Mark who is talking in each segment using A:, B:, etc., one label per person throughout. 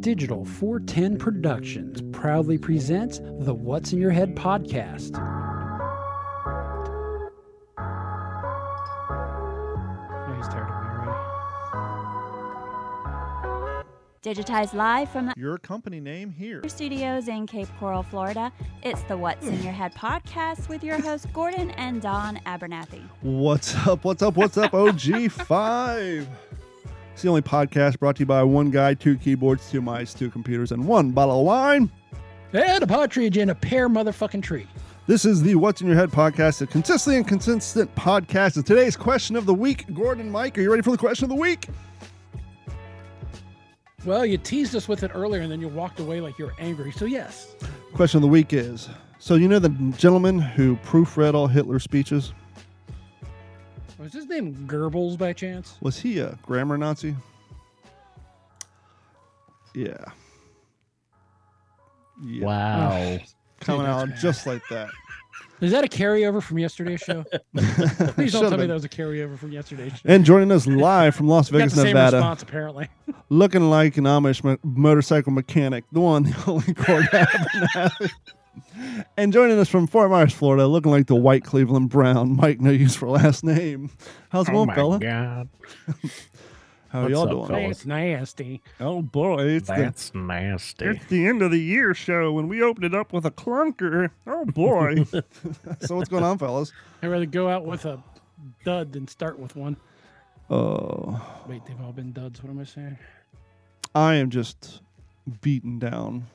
A: Digital 410 Productions proudly presents the What's in Your Head podcast. Oh, he's tired of me already.
B: Digitized live from the
C: your company name here.
B: studios in Cape Coral, Florida. It's the What's in Your Head podcast with your hosts Gordon and Don Abernathy.
C: What's up? What's up? What's up? OG5. It's the only podcast brought to you by one guy, two keyboards, two mice, two computers, and one bottle of wine.
A: And a partridge in a pear motherfucking tree.
C: This is the What's in Your Head podcast, a consistently inconsistent podcast. And today's question of the week, Gordon and Mike, are you ready for the question of the week?
A: Well, you teased us with it earlier and then you walked away like you were angry. So, yes.
C: Question of the week is So, you know the gentleman who proofread all Hitler's speeches?
A: Was his name Goebbels by chance?
C: Was he a grammar Nazi? Yeah. Yeah.
D: Wow.
C: Coming
A: Dude,
C: out just like that.
A: Is that a carryover from yesterday's show? Please don't
C: Should've
A: tell me
C: been.
A: that was a carryover from yesterday's show.
C: And joining us live from Las
A: Got the
C: Vegas,
A: same
C: Nevada,
A: response, apparently.
C: looking like an Amish mo- motorcycle mechanic, the one, the only Gordon Abernathy. And joining us from Fort Myers, Florida, looking like the white Cleveland Brown, Mike, no use for last name. How's it going, fella?
D: Oh god.
C: How
D: What's
C: y'all
D: up,
C: doing?
D: fella?
A: That's nasty.
C: Oh, boy. It's the,
D: That's nasty.
C: it's the end of the year show, and we opened it up with a clunker. Oh, boy. so, what's going on, fellas?
A: I'd rather go out with a dud than start with one.
C: Oh,
A: Wait, they've all been duds. What am I saying?
C: I am just beaten down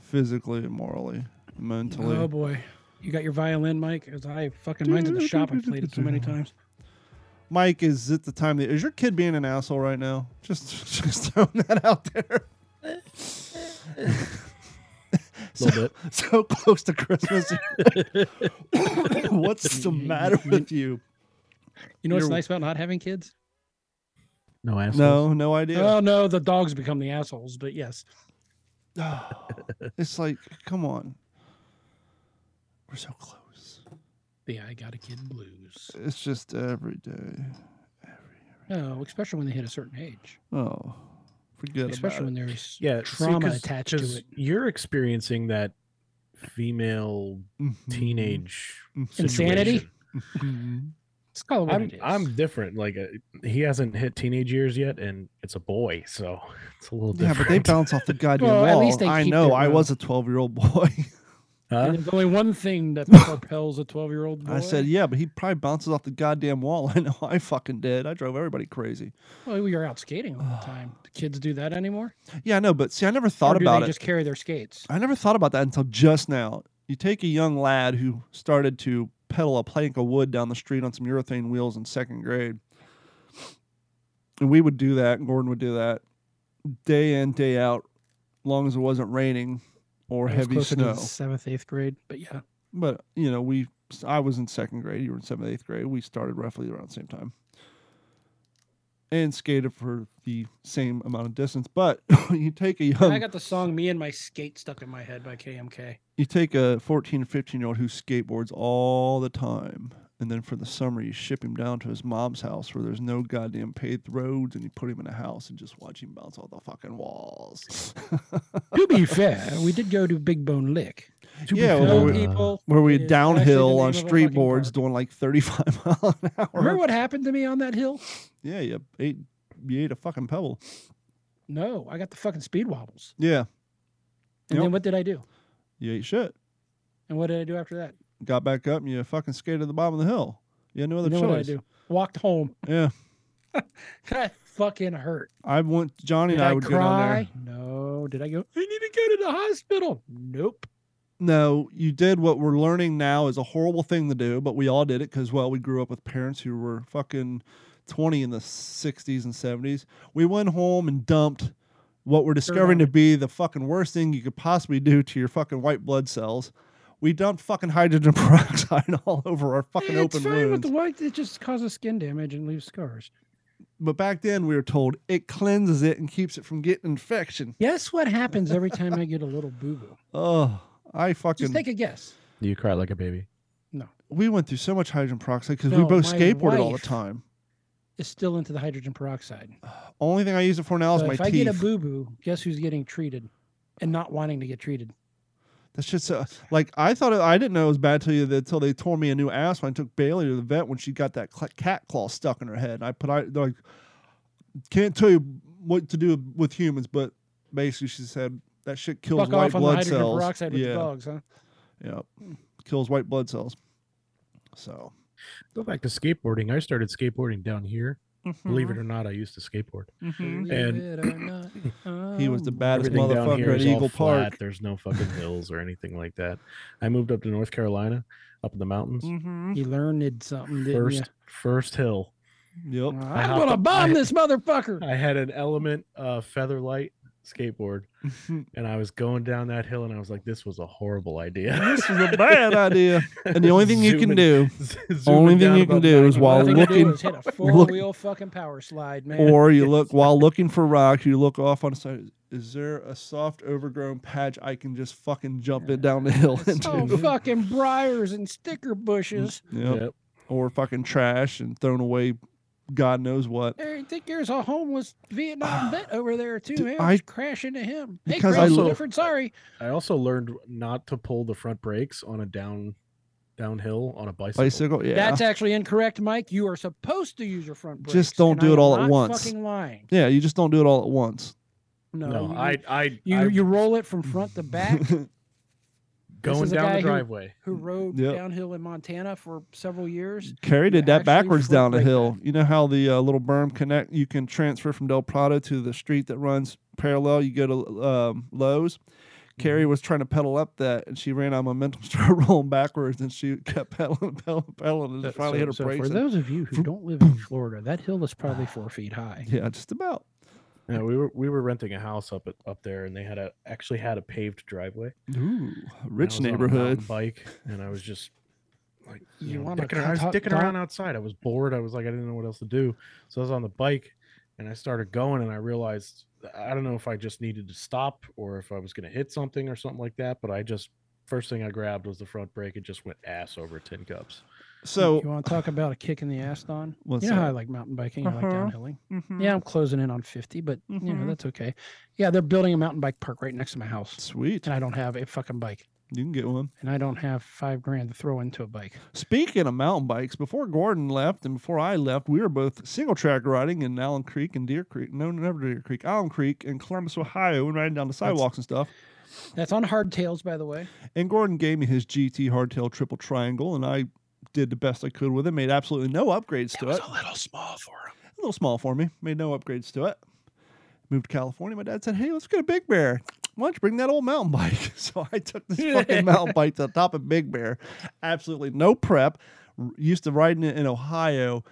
C: physically and morally, mentally.
A: Oh boy, you got your violin, Mike? As I fucking mine's at the shop. I played it so many times.
C: Mike, is it the time that is your kid being an asshole right now? Just just throwing that out there.
D: a little bit.
C: So close to Christmas. What's the matter with you?
A: You know what's
C: You're-
A: nice about not having kids?
D: No assholes.
C: No, no idea.
A: Oh no, the dogs become the assholes. But yes,
C: it's like, come on. We're so close.
A: the I got a kid blues.
C: It's just every day.
A: Oh, especially when they hit a certain age,
C: Oh, forget about
A: especially
C: it.
A: when there's
D: Yeah. see,
A: trauma
D: 'cause-
A: attached to
D: 'cause
A: it.
D: You're experiencing that female
C: Mhm.
D: teenage
C: Mhm.
A: Insanity?
D: situation.
C: Mhm.
A: Mm-hmm. It's called what
D: I'm
A: it is.
D: I'm different. Like uh, he hasn't hit teenage years yet, and it's a boy, so it's a little
C: Yeah,
D: different.
C: but they bounce off the goddamn
A: Well, at
C: wall.
A: least they
C: I
A: keep
C: know.
A: their
C: I
A: own.
C: was a twelve-year-old boy.
D: Huh?
A: And there's only one thing that propels a 12 year old boy.
C: I said, yeah, but he probably bounces off the goddamn wall. I know. I fucking did. I drove everybody crazy.
A: Well, we were out skating all the time. Do kids do that anymore?
C: Yeah, I know. But see, I never
A: or
C: thought
A: do
C: about
A: they
C: it.
A: just carry their skates?
C: I never thought about that until just now. You take a young lad who started to pedal a plank of wood down the street on some urethane wheels in second grade. And we would do that, and Gordon would do that day in, day out, long as it wasn't raining or
A: I was
C: heavy
A: closer to the
C: snow.
A: seventh, eighth grade. But yeah.
C: But, you know, we I was in second grade, you were in seventh, eighth grade. We started roughly around the same time. And skated for the same amount of distance. But you take a young
A: I got the song Me and My Skate stuck in my head by KMK.
C: you take a 14 or 15 year old who skateboards all the time and then for the summer you ship him down to his mom's house where there's no goddamn paved roads and you put him in a house and just watch him bounce off the fucking walls
A: to be fair, we did go to Big Bone Lick.
D: To be
C: yeah,
D: fair,
C: well,
A: Hello,
C: we-
D: uh,
A: people.
C: where we
A: It is actually
C: downhill
A: the
C: on
A: name of a
C: street
A: fucking
C: boards
A: park.
C: doing like 35 mile an hour
A: Remember what happened to me on that hill?
C: yeah you ate you ate a fucking pebble
A: No, I got the fucking speed wobbles.
C: yeah
A: And
C: Yep.
A: then what did I do?
C: you ate shit
A: And what did I do after that?
C: got back up and you fucking skated to the bottom of the hill you had no other
A: And then what did I
C: choice
A: do? Walked home.
C: yeah
A: That fucking hurt.
C: i went johnny
A: Did
C: and i
A: I,
C: would go down there
A: cry? No. Did I go? I need to go to the hospital. Nope.
C: No, you did what we're learning now is a horrible thing to do, but we all did it because, well, we grew up with parents who were fucking 20 in the 60s and 70s. We went home and dumped what we're discovering to
A: Sure.
C: be the fucking worst thing you could possibly do to your fucking white blood cells. We dumped fucking hydrogen peroxide all over our fucking
A: it's
C: open
A: fine with
C: wounds.
A: the white. It just causes skin damage and leaves scars.
C: but back then, we were told it cleanses it and keeps it from getting infection.
A: Guess what happens every time I get a little boo boo?
C: Oh, I fucking.
A: Just take a guess.
D: you cry like a baby.
C: we went through so much hydrogen peroxide because we
A: No,
C: both
A: my
C: skateboarded all the
A: wife-
C: time.
A: is still into the hydrogen peroxide.
C: Only thing I use it for now is
A: So
C: my
A: if
C: teeth.
A: I get a boo boo, guess who's getting treated and not wanting to get treated?
C: That's just uh, like I thought. It, I didn't know it was bad till you until they tore me a new ass when I took Bailey to the vet when she got that cl- cat claw stuck in her head. And I put I they're like can't tell you what to do with humans, but basically she said that shit kills
A: Fuck
C: white
A: off on the
C: blood
A: hydrogen
C: cells.
A: peroxide with the
C: yeah,
A: dogs, huh?
C: yeah, kills white blood cells. So
D: Go back to skateboarding. I started skateboarding down here. Believe it or not, I used to skateboard.
A: Mm-hmm.
D: And-
C: he was the baddest
D: Everything down here
C: motherfucker at
D: is all
C: Eagle
D: flat.
C: Park.
D: There's no fucking hills or anything like that. I moved up to North Carolina, up in the mountains.
C: Mm-hmm.
A: He learned something, didn't
D: First,
A: you?
D: first hill.
C: Yep.
A: I'm
D: hopped
A: gonna
D: up-
A: bomb
D: I-
A: this motherfucker.
D: I had an Element uh, Featherlight skateboard, and I was going down that hill, and I was like, "This was a horrible idea."
C: this is a bad idea. And the only thing you can do,
D: only
C: thing you can do is while
A: All I
C: looking-
A: was hit a four wheel fucking power slide, man.
C: or you look while looking for rocks, you look off on the side. Is there a soft, overgrown patch I can just fucking jump it down the hill into?
A: oh fucking briars and sticker bushes.
C: Yep.
D: Yep.
C: Or fucking trash and thrown away, God knows what.
A: Hey, I think there's a homeless Vietnam vet over there too,
C: Dude,
A: man.
C: Ah. I-
A: I crash into him. Hey,
C: Because
A: because
D: I
A: I
D: lo-
A: different. Sorry.
D: I also learned not to pull the front brakes on a down downhill on a bicycle.
C: Bicycle, yeah,
A: That's actually incorrect, Mike. You are supposed to use your front brakes.
C: Just don't
A: and
C: do
A: I
C: it
A: am
C: all at
A: not
C: once.
A: Fucking lying.
C: yeah. You just don't do it all at once.
A: No,
D: No,
A: you,
D: I I
A: you,
D: I-
A: you roll it from front to back.
D: going
A: is a
D: down
A: guy
D: the
A: who-
D: driveway.
A: who rode
C: Yep.
A: downhill in Montana for several years.
C: Carrie did
A: You
C: that
A: actually
C: backwards
A: front
C: down the
A: brake
C: hill. You know how the uh, little berm connect? You can transfer from Del Prado to the street that runs parallel. You go to um, Lowe's. Carrie was trying to pedal up that, and she ran out of momentum, started rolling backwards, and she kept pedaling, pedaling, pedaling, and
D: So-
C: finally hit her
A: So
C: brakes.
A: for
C: and-
A: those of you who don't live in Florida, that hill is probably four feet high.
C: yeah, just about.
D: Yeah, we were we were renting a house up at, up there, and they had a actually had a paved driveway.
C: Ooh,
D: and I
C: rich
D: was on a mountain
C: neighborhood.
D: bike, and I was just like,
A: You
D: you, know,
A: wanna
D: dicking, around- I was
A: top-
D: dicking
A: top-
D: around outside. I was bored. I was like, I didn't know what else to do, so I was on the bike, and I started going, and I realized I don't know if I just needed to stop or if I was going to hit something or something like that, but I just first thing I grabbed was the front brake and just went ass over tin cups.
C: So,
A: you want to talk about a kick in the ass, Don?
C: what's
A: you know how I
C: that?
A: like mountain biking. I like
C: Uh-huh.
A: downhilling. Yeah, I'm closing in on 50, but you know that's okay. Yeah, they're building a mountain bike park right next to my house,
C: sweet.
A: and I don't have a fucking bike,
C: You can get one.
A: and I don't have five grand to throw into a bike.
C: Speaking of mountain bikes, before Gordon left and before I left, we were both single track riding in Allen Creek and Deer Creek. No, never Deer Creek, Allen Creek in Columbus, Ohio, and riding down the sidewalks and stuff.
A: That's on hardtails, by the way.
C: And Gordon gave me his GT hardtail triple triangle, and I did the best I could with it. Made absolutely no upgrades to it.
A: a little small for him.
C: A little small for me. Made no upgrades to it. Moved to California. My dad said, "Hey, let's get a Big Bear. Why don't you bring that old mountain bike?" So I took this fucking mountain bike to the top of Big Bear. Absolutely no prep. R- Used to riding it in Ohio.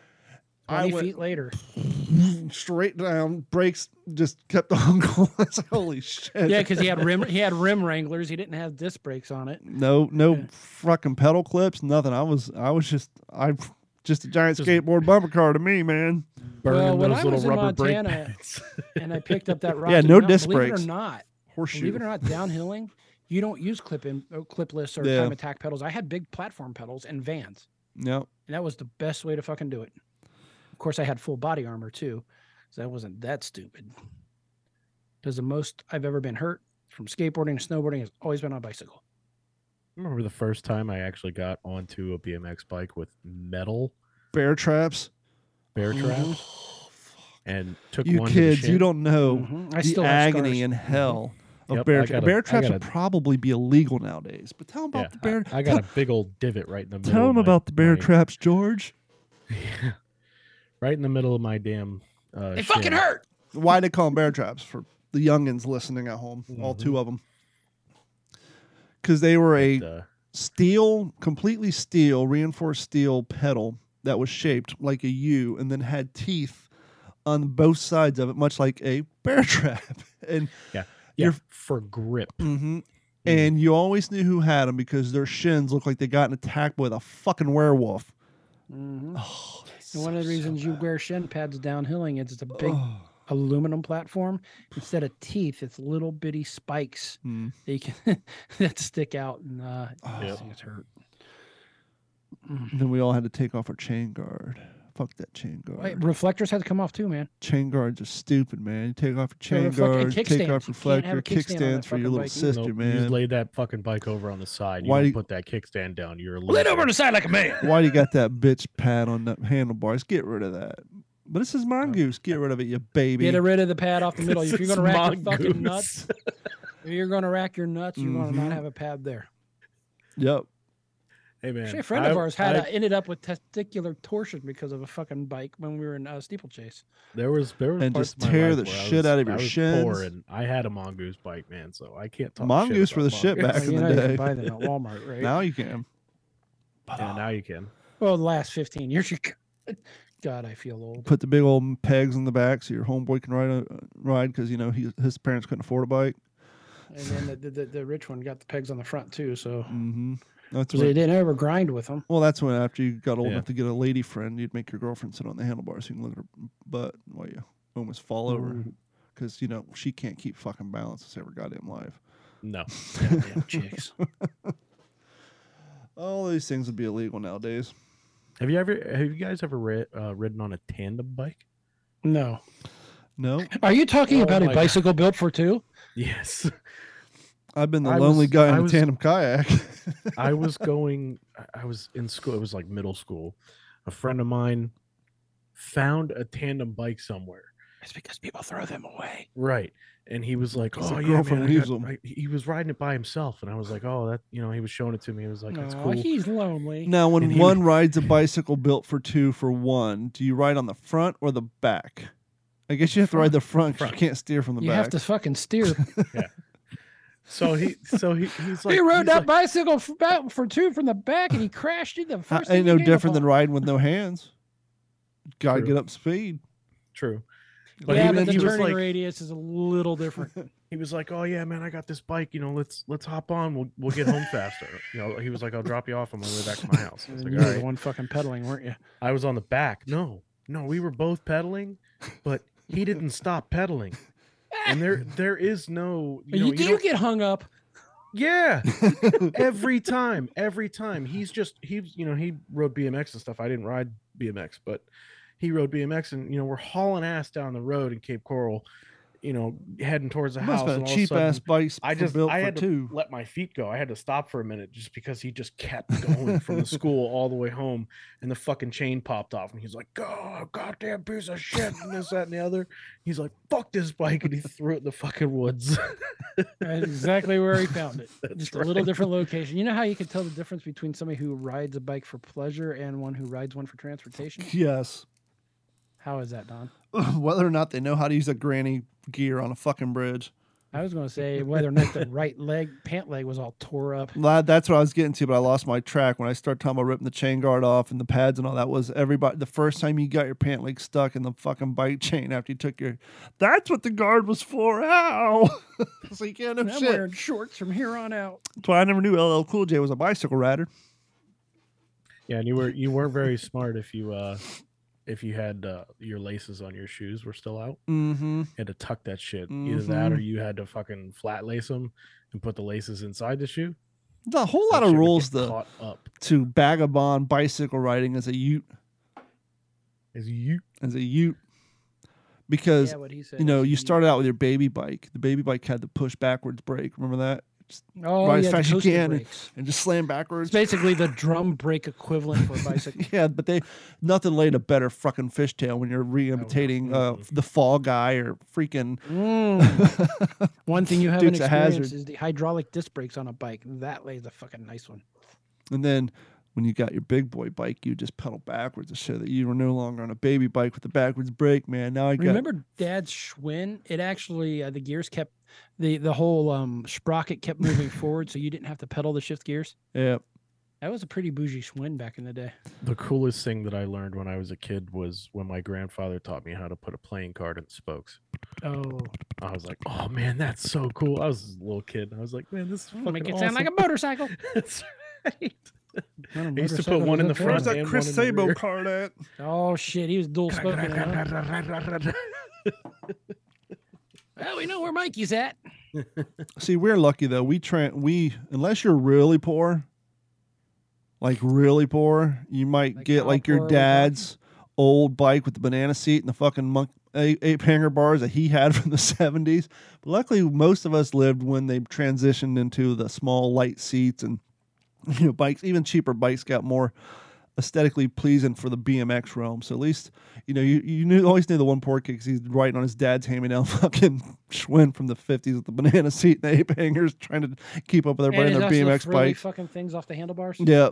A: 20
C: I went-
A: feet later.
C: straight down. Brakes just kept on going. I was like, Holy shit!
A: Yeah, because he had rim he had rim wranglers. He didn't have disc brakes on it.
C: no, no
A: Yeah.
C: fucking pedal clips. Nothing. I was, I was just, I just a giant
D: Just-
C: skateboard bumper car to me, man.
A: Well,
D: Burning
A: when I
D: those little
A: was in
D: rubber brake
A: Montana-
D: pads.
A: And I picked up that rock.
C: Yeah, no disc
A: believe
C: brakes.
A: It or not, believe
C: Horseshoe.
A: it or not, downhilling, you don't use clip in or clipless or
C: Yeah.
A: time attack pedals. I had big platform pedals and vans,
C: No,
A: and that was the best way to fucking do it. Of course, I had full body armor too, so that wasn't that stupid. Because the most I've ever been hurt from skateboarding to snowboarding has always been on a bicycle.
D: I remember the first time I actually got onto a BMX bike with metal
C: bear traps.
A: Oh,
D: bear traps and Mm-hmm. took
C: You
D: one. to the
C: kids, you
D: shin.
C: don't know.
A: Mhm. I
C: the
A: still have
C: agony
A: scars.
C: and hell of
D: Yep,
C: bear
D: I
C: traps.
D: gotta-
C: Bear
D: I
C: traps would
D: gotta-
C: probably be illegal nowadays. But tell them about
D: Yeah,
C: the bear.
D: I, I got a big old divot right in the middle.
C: tell
D: of
C: them
D: my-
C: about the bear
D: my-
C: traps, George.
D: Yeah. right in the middle of my damn. Uh,
A: They fucking
C: Oh,
D: shin.
A: hurt.
C: Why they call them bear traps for the youngins listening at home? All
D: Mhm.
C: two of them. Because they were a
D: But, uh,
C: steel, completely steel, reinforced steel pedal that was shaped like a U and then had teeth on both sides of it, much like a bear trap. and
D: yeah,
C: You're-
D: for grip.
C: hmm and you always knew who had them because their shins looked like they got in attack with a fucking werewolf.
A: Mhm.
C: Oh, that's
A: And one of the
C: so- so
A: reasons you
C: bad.
A: wear shin pads downhilling is it's a big
C: Oh.
A: aluminum platform. Instead of teeth, it's little bitty spikes
C: Mm.
A: that you can that stick out and uh,
C: Oh.
A: it's- it's hurt. Mm.
C: And then we all had to take off our chain guard Fuck that chain guard.
A: Wait, reflectors had to come off too, man.
C: chain guards are stupid, man. You take off your chain
A: reflect- and
C: guard, take off
A: kickstands. You can't have
C: reflector,
A: a kickstand on that
C: kickstands for your
A: fucking
C: little
A: bike.
C: sister,
D: Nope, You
C: man.
D: just laid that fucking bike over on the side. You
C: Why
D: Why
C: do
D: do
C: you-
D: put that kickstand down. You're a
A: Lean over
D: loser.
A: on the side like a man.
C: Why do you got that bitch pad on the handlebars? Get rid of that. But this is mongoose. Get rid of it, you baby.
A: Get rid of the pad off the middle. If
D: This
A: you're gonna
D: is
A: rack your fucking
D: mongoose.
A: nuts, if you're gonna rack your nuts, you're gonna
C: Mhm.
A: not have a pad there.
C: Yep.
D: Hey man,
A: Actually, a friend
D: I-
A: of ours had
D: I-
A: uh, ended up with testicular torsion because of a fucking bike when we were in uh, steeplechase.
D: there was there was
C: And
D: parts
C: just
D: of my
C: tear
D: life
C: the
D: where I
C: shit
D: was-
C: out of your
D: I was
C: shins.
D: Poor and I had a mongoose bike, man. So I can't talk.
C: Mongoose
D: shit
C: were the
D: about
C: shit
D: mongoose.
C: back in
A: Well, you
C: the
A: know you
C: day.
A: can buy them at Walmart, right?
C: Now you can. But,
D: Yeah,
C: uh,
D: now you can.
A: well, the last 15 years, you could. God, I feel old.
C: put the big old pegs in the back so your homeboy can ride a, ride because you know he, his parents couldn't afford a bike.
A: And then the, the, the, the rich one got the pegs on the front too, so
C: hmm That's
A: 'cause they
C: when,
A: didn't ever grind with them.
C: well, that's when after you got old
D: Yeah.
C: enough to get a lady friend, you'd make your girlfriend sit on the handlebars so you can look at her butt while you almost fall
D: Mm-hmm.
C: over because you know she can't keep fucking balance to save her goddamn life.
D: No,
A: Damn chicks.
C: All these things would be illegal nowadays.
D: have you ever? Have you guys ever ri- uh, ridden on a tandem bike?
A: No.
C: No,
A: Are you talking
D: Oh
A: about a
D: my God.
A: bicycle built for two?
D: Yes,
C: I've been the
D: I
C: lonely
D: was-
C: guy in
D: I
C: a
D: was-
C: tandem kayak.
D: I was going. I- I was in school. It was like middle school. A friend of mine found a tandem bike somewhere.
A: It's because people throw them away.
D: Right. And he was like,
C: His
D: "Oh yeah,
C: girlfriend
D: man, I
C: leaves
D: got-
C: him."
D: I- He was riding it by himself, and I was like, "Oh, that you know." He was showing it to me. He was like, "That's
A: Aw,
D: cool."
A: he's lonely.
C: now, when
D: And he-
C: one rides a bicycle built for two for one, do you ride on the front or the back? I guess you have to ride the front because you
D: Front.
C: can't steer from the
A: You
C: back.
A: have to fucking steer.
D: So he, so he, he's like,
A: he
D: he's
A: rode that
D: like-
A: bicycle f- about for two from the back, and he crashed into the first.
C: I, ain't
A: thing he
C: no
A: came
C: different than
A: upon.
C: riding with no hands. Got to
D: True.
C: get up speed.
D: True. But
A: yeah,
D: he,
A: but
D: was-
A: the
D: he was
A: turning
D: like,
A: radius is a little different.
D: he was like, "Oh yeah, man, I got this bike. You know, let's let's hop on. We'll we'll get home faster." You know, he was like, "I'll drop you off on my way back to my house." I was
A: And
D: like,
A: you
D: "All
A: were the
D: right."
A: one fucking pedaling, weren't you?
D: I was on the back. No, no, we were both pedaling, but he didn't stop pedaling. And there, there is no. You, know,
A: you,
D: you
A: do you
D: don't-
A: get hung up?
D: yeah. every time every time he's just he you know he rode bmx and stuff i didn't ride bmx but he rode bmx and you know we're hauling ass down the road in cape coral you know heading towards the
C: Must
D: house
C: have
D: and
C: been
D: all
C: cheap
D: of a
C: ass
D: sudden,
C: bikes
D: i
C: for
D: just
C: built
D: i
C: for
D: had
C: two.
D: to let my feet go i had to stop for a minute just because he just kept going from the school all the way home and the fucking chain popped off and he's like oh goddamn piece of shit and this that and the other he's like fuck this bike and he threw it in the fucking woods
A: That's exactly where he found it.
D: That's
A: Just a little
D: right.
A: different location. You know how you can tell the difference between somebody who rides a bike for pleasure and one who rides one for transportation?
C: Yes.
A: How is that, Don?
C: Whether or not they know how to use a granny gear on a fucking bridge.
A: I was going to say whether or not the right leg, pant leg, was all tore up.
C: La- That's what I was getting to, but I lost my track when I started talking about ripping the chain guard off and the pads and all that. Was everybody the first time you got your pant leg stuck in the fucking bike chain after you took your? That's what the guard was for. Ow! it's like yeah, no
A: I'm
C: shit.
A: wearing shorts from here on out.
C: That's why I never knew LL Cool J was a bicycle rider.
D: Yeah, and you were you weren't very smart if you uh if you had uh, your laces on your shoes were still out.
C: Mm-hmm.
D: You had to tuck that shit. Either that or you had to fucking flat lace them and put the laces inside the shoe.
C: There's a whole
D: That
C: lot of
D: shit would
C: rules
D: get
C: though
D: Caught up
C: to vagabond bicycle riding as a Ute
D: is you
C: as a Ute because
A: Yeah, what he said. Mm-hmm.
C: you know
A: is
C: you started out with your baby bike. The baby bike had the push backwards brake. Remember that?
A: oh,
C: ride as
A: yeah, the
C: fast as you
A: coaster
C: can.
A: brakes.
C: And just slam
A: It's
C: backwards.
A: basically the drum brake equivalent for a bicycle.
C: Yeah, but they nothing laid a better fucking fishtail when you're re-imitating uh,
D: mhm.
C: the Fall Guy or freaking.
A: Mm. One thing you haven't
C: Dukes of Hazzard.
A: experienced is the hydraulic disc brakes on a bike. That lays a fucking nice one.
C: and then when you got your big boy bike, you just pedal backwards to show that you were no longer on a baby bike with the backwards brake. Man, now I got
A: Remember Dad's Schwinn? It actually uh, the gears kept the the whole um, sprocket kept moving forward, so you didn't have to pedal to shift gears.
C: yeah.
A: That was a pretty bougie Schwinn back in the day.
D: the coolest thing that I learned when I was a kid was when my grandfather taught me how to put a playing card in the spokes.
A: Oh,
D: I was like, oh man, that's so cool. I was a little kid and I was like, man, this is fucking
A: make it
D: awesome.
A: sound like a motorcycle.
D: that's right.
A: Not
D: I
A: a
D: used to
A: motorcycle,
D: put one in the
A: that's
D: front
C: Where's that
D: and
C: Chris
D: one in the
C: Sabo
D: rear.
C: card at?
A: right. Oh shit, he was dual spoken. huh? Well, we know where Mikey's at.
C: See, we're lucky though. We tran we unless you're really poor, like really poor, you might
A: Like
C: get
A: how
C: like your
A: poor are we talking?
C: dad's old bike with the banana seat and the fucking monk ape, ape hanger bars that he had from the 70s. But luckily, most of us lived when they transitioned into the small light seats and you know bikes. Even cheaper bikes got more aesthetically pleasing for the BMX realm. So at least you know you you knew always knew the one poor kid because he's riding on his dad's hand me down fucking Schwinn from the 50s with the banana seat and the ape hangers, trying to keep up with
A: And
C: everybody
A: it
C: on their
A: also
C: BMX
A: frilly
C: bike.
A: fucking things off the handlebars.
C: Yeah.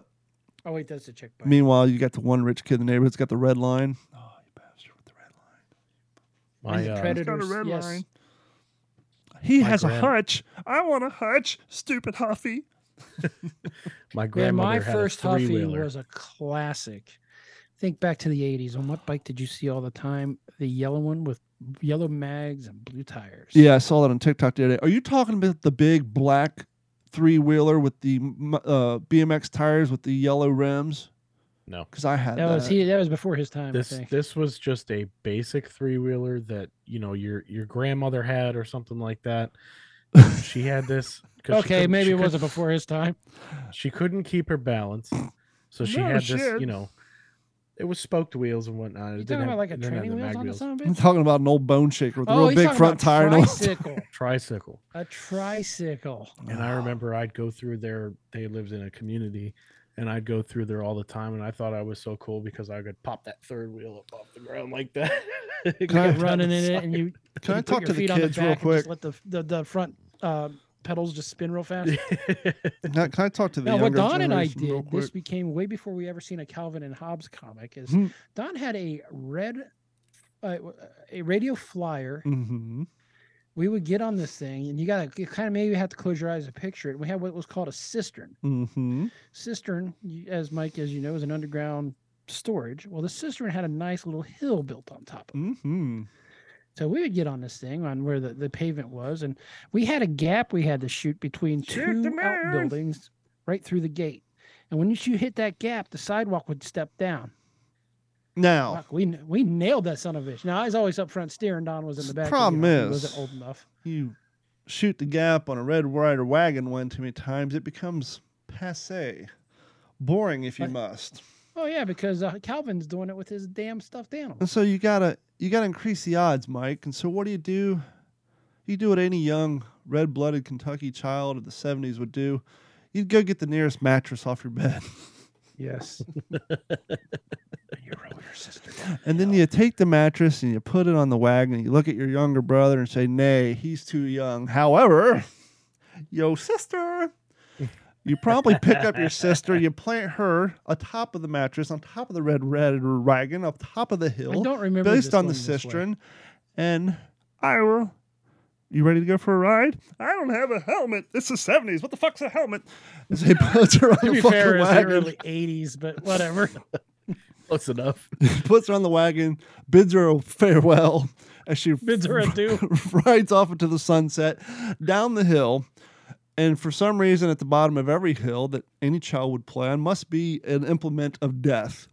A: Oh wait, that's a chick bike.
C: Meanwhile, you got the one rich kid in the neighborhood's got the red line. Oh, you bastard with the red line.
D: My,
A: the
D: uh,
A: predators.
C: red
A: yes.
C: line. He
D: My
C: has
D: grand-
C: a hutch. I want a hutch. Stupid Huffy.
D: my
A: Man,
D: grandmother
A: my
D: had
A: first
D: a
A: Huffy
D: three-wheeler.
A: was a classic. Think back to the 80s. On what bike did you see all the time? The yellow one with yellow mags and blue tires.
C: Yeah, I saw that on TikTok the other day. Are you talking about the big black three wheeler with the m- uh, BMX tires with the yellow rims?
D: No.
C: Because I had
A: That was he. That was before his time. I
D: uh, this
A: think.
D: this was just a basic three wheeler that you know your your grandmother had or something like that. she had this. 'cause she
A: okay,
D: couldn't-
A: maybe
D: she
A: it wasn't
D: couldn't-
A: before his time.
D: She couldn't keep her balance, so she
C: No
D: had this.
C: shit.
D: You know, it was spoked wheels and whatnot. It
A: You
D: didn't
A: talking
D: have-
A: about like a
D: it didn't have
A: training
D: the
A: wheels
D: mag
A: on the
D: wheels.
A: son of a
C: I'm
A: bitch?
C: talking about an old bone shaker with a
A: Oh,
C: real
A: he's
C: big
A: talking
C: front
A: about
C: tire. and all-
A: Tricycle.
D: tricycle.
A: a tricycle.
D: And I remember I'd go through there. They lived in a community, and I'd go through there all the time. And I thought I was so cool because I could pop that third wheel up off the ground like that.
C: Can
D: Go
C: I-
D: down the
A: running in it, and
D: side.
A: you
C: Can
A: you
C: I
A: put
C: talk
A: your
C: to the
A: feet on
C: kids
A: the
C: real
A: back and just
C: quick?
A: let the the, the front uh, pedals just spin real fast.
C: Can I- can I talk to the
A: Now, what
C: younger
A: Don and I
C: generation real
A: did,
C: quick?
A: this became way before we ever seen a Calvin and Hobbes comic. Is
C: Hmm.
A: Don had a red, uh, a radio flyer.
C: Mhm.
A: We would get on this thing, and you gotta you kind of maybe have to close your eyes to picture it. We had what was called a cistern.
C: Mm-hmm.
A: Cistern, you- as Mike, as you know, is an underground storage. Well, the cistern had a nice little hill built on top of it.
C: Mm-hmm.
A: So we would get on this thing on where the, the pavement was, and we had a gap we had to shoot between
C: Shoot the
A: two
C: man.
A: outbuildings right through the gate. And when you hit that gap, the sidewalk would step down.
C: Now,
A: Fuck, we n- we nailed that son of a bitch. Now I was always up front steering. Don was in the
C: The
A: back. 'cause,
C: problem
A: you know, he
C: is-
A: wasn't old enough.
C: you shoot the gap on a Red Rider wagon one too many times, it becomes passe. Boring if you
A: Right.
C: must.
A: Oh yeah, because uh, Calvin's doing it with his damn stuffed animal.
C: And so you gotta you gotta increase the odds, Mike. And so what do you do? You do what any young red blooded Kentucky child of the seventies would do. You'd go get the nearest mattress off your bed.
A: Yes. you wrote your sister.
C: And then you take the mattress and you put it on the wagon. And you look at your younger brother and say, Nay, he's too young. However, yo, sister. You probably pick up your sister, you plant her atop of the mattress, on top of the red red wagon, up top of the
A: I
C: hill,
A: don't remember.
C: based
A: this
C: on the
A: one this way.
C: cistern. And I will. You ready to go for a ride? I don't have a helmet. It's the 70s. What the fuck's a helmet? As they puts her on
A: To
C: the
A: be
C: fucking
A: fair, it's the
C: wagon.
A: early '80s, but whatever.
D: Close enough.
C: puts her on the wagon, bids her a farewell as she
A: Bids her adieu.
C: rides off into the sunset down the hill. And for some reason, at the bottom of every hill that any child would play on must be an implement of death.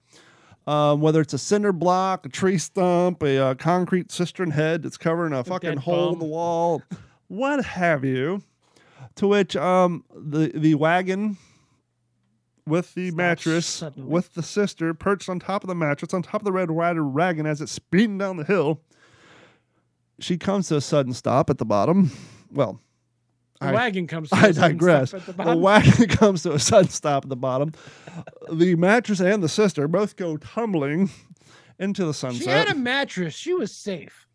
C: Um, whether it's a cinder block, a tree stump, a uh, concrete cistern head that's covering a fucking
A: dead
C: hole in
A: bum.
C: the wall, what have you. To which um, the, the wagon with the
A: Stops
C: mattress
A: suddenly.
C: with the sister perched on top of the mattress on top of the red rider wagon as it's speeding down the hill she comes to a sudden stop at the bottom well
A: The
C: I-
A: wagon comes.
C: I
A: us and stuff
C: digress.
A: at the
C: the
A: bottom.
C: wagon comes to a sudden stop at the bottom the mattress and the sister both go tumbling into the sunset
A: She had a mattress. She was safe.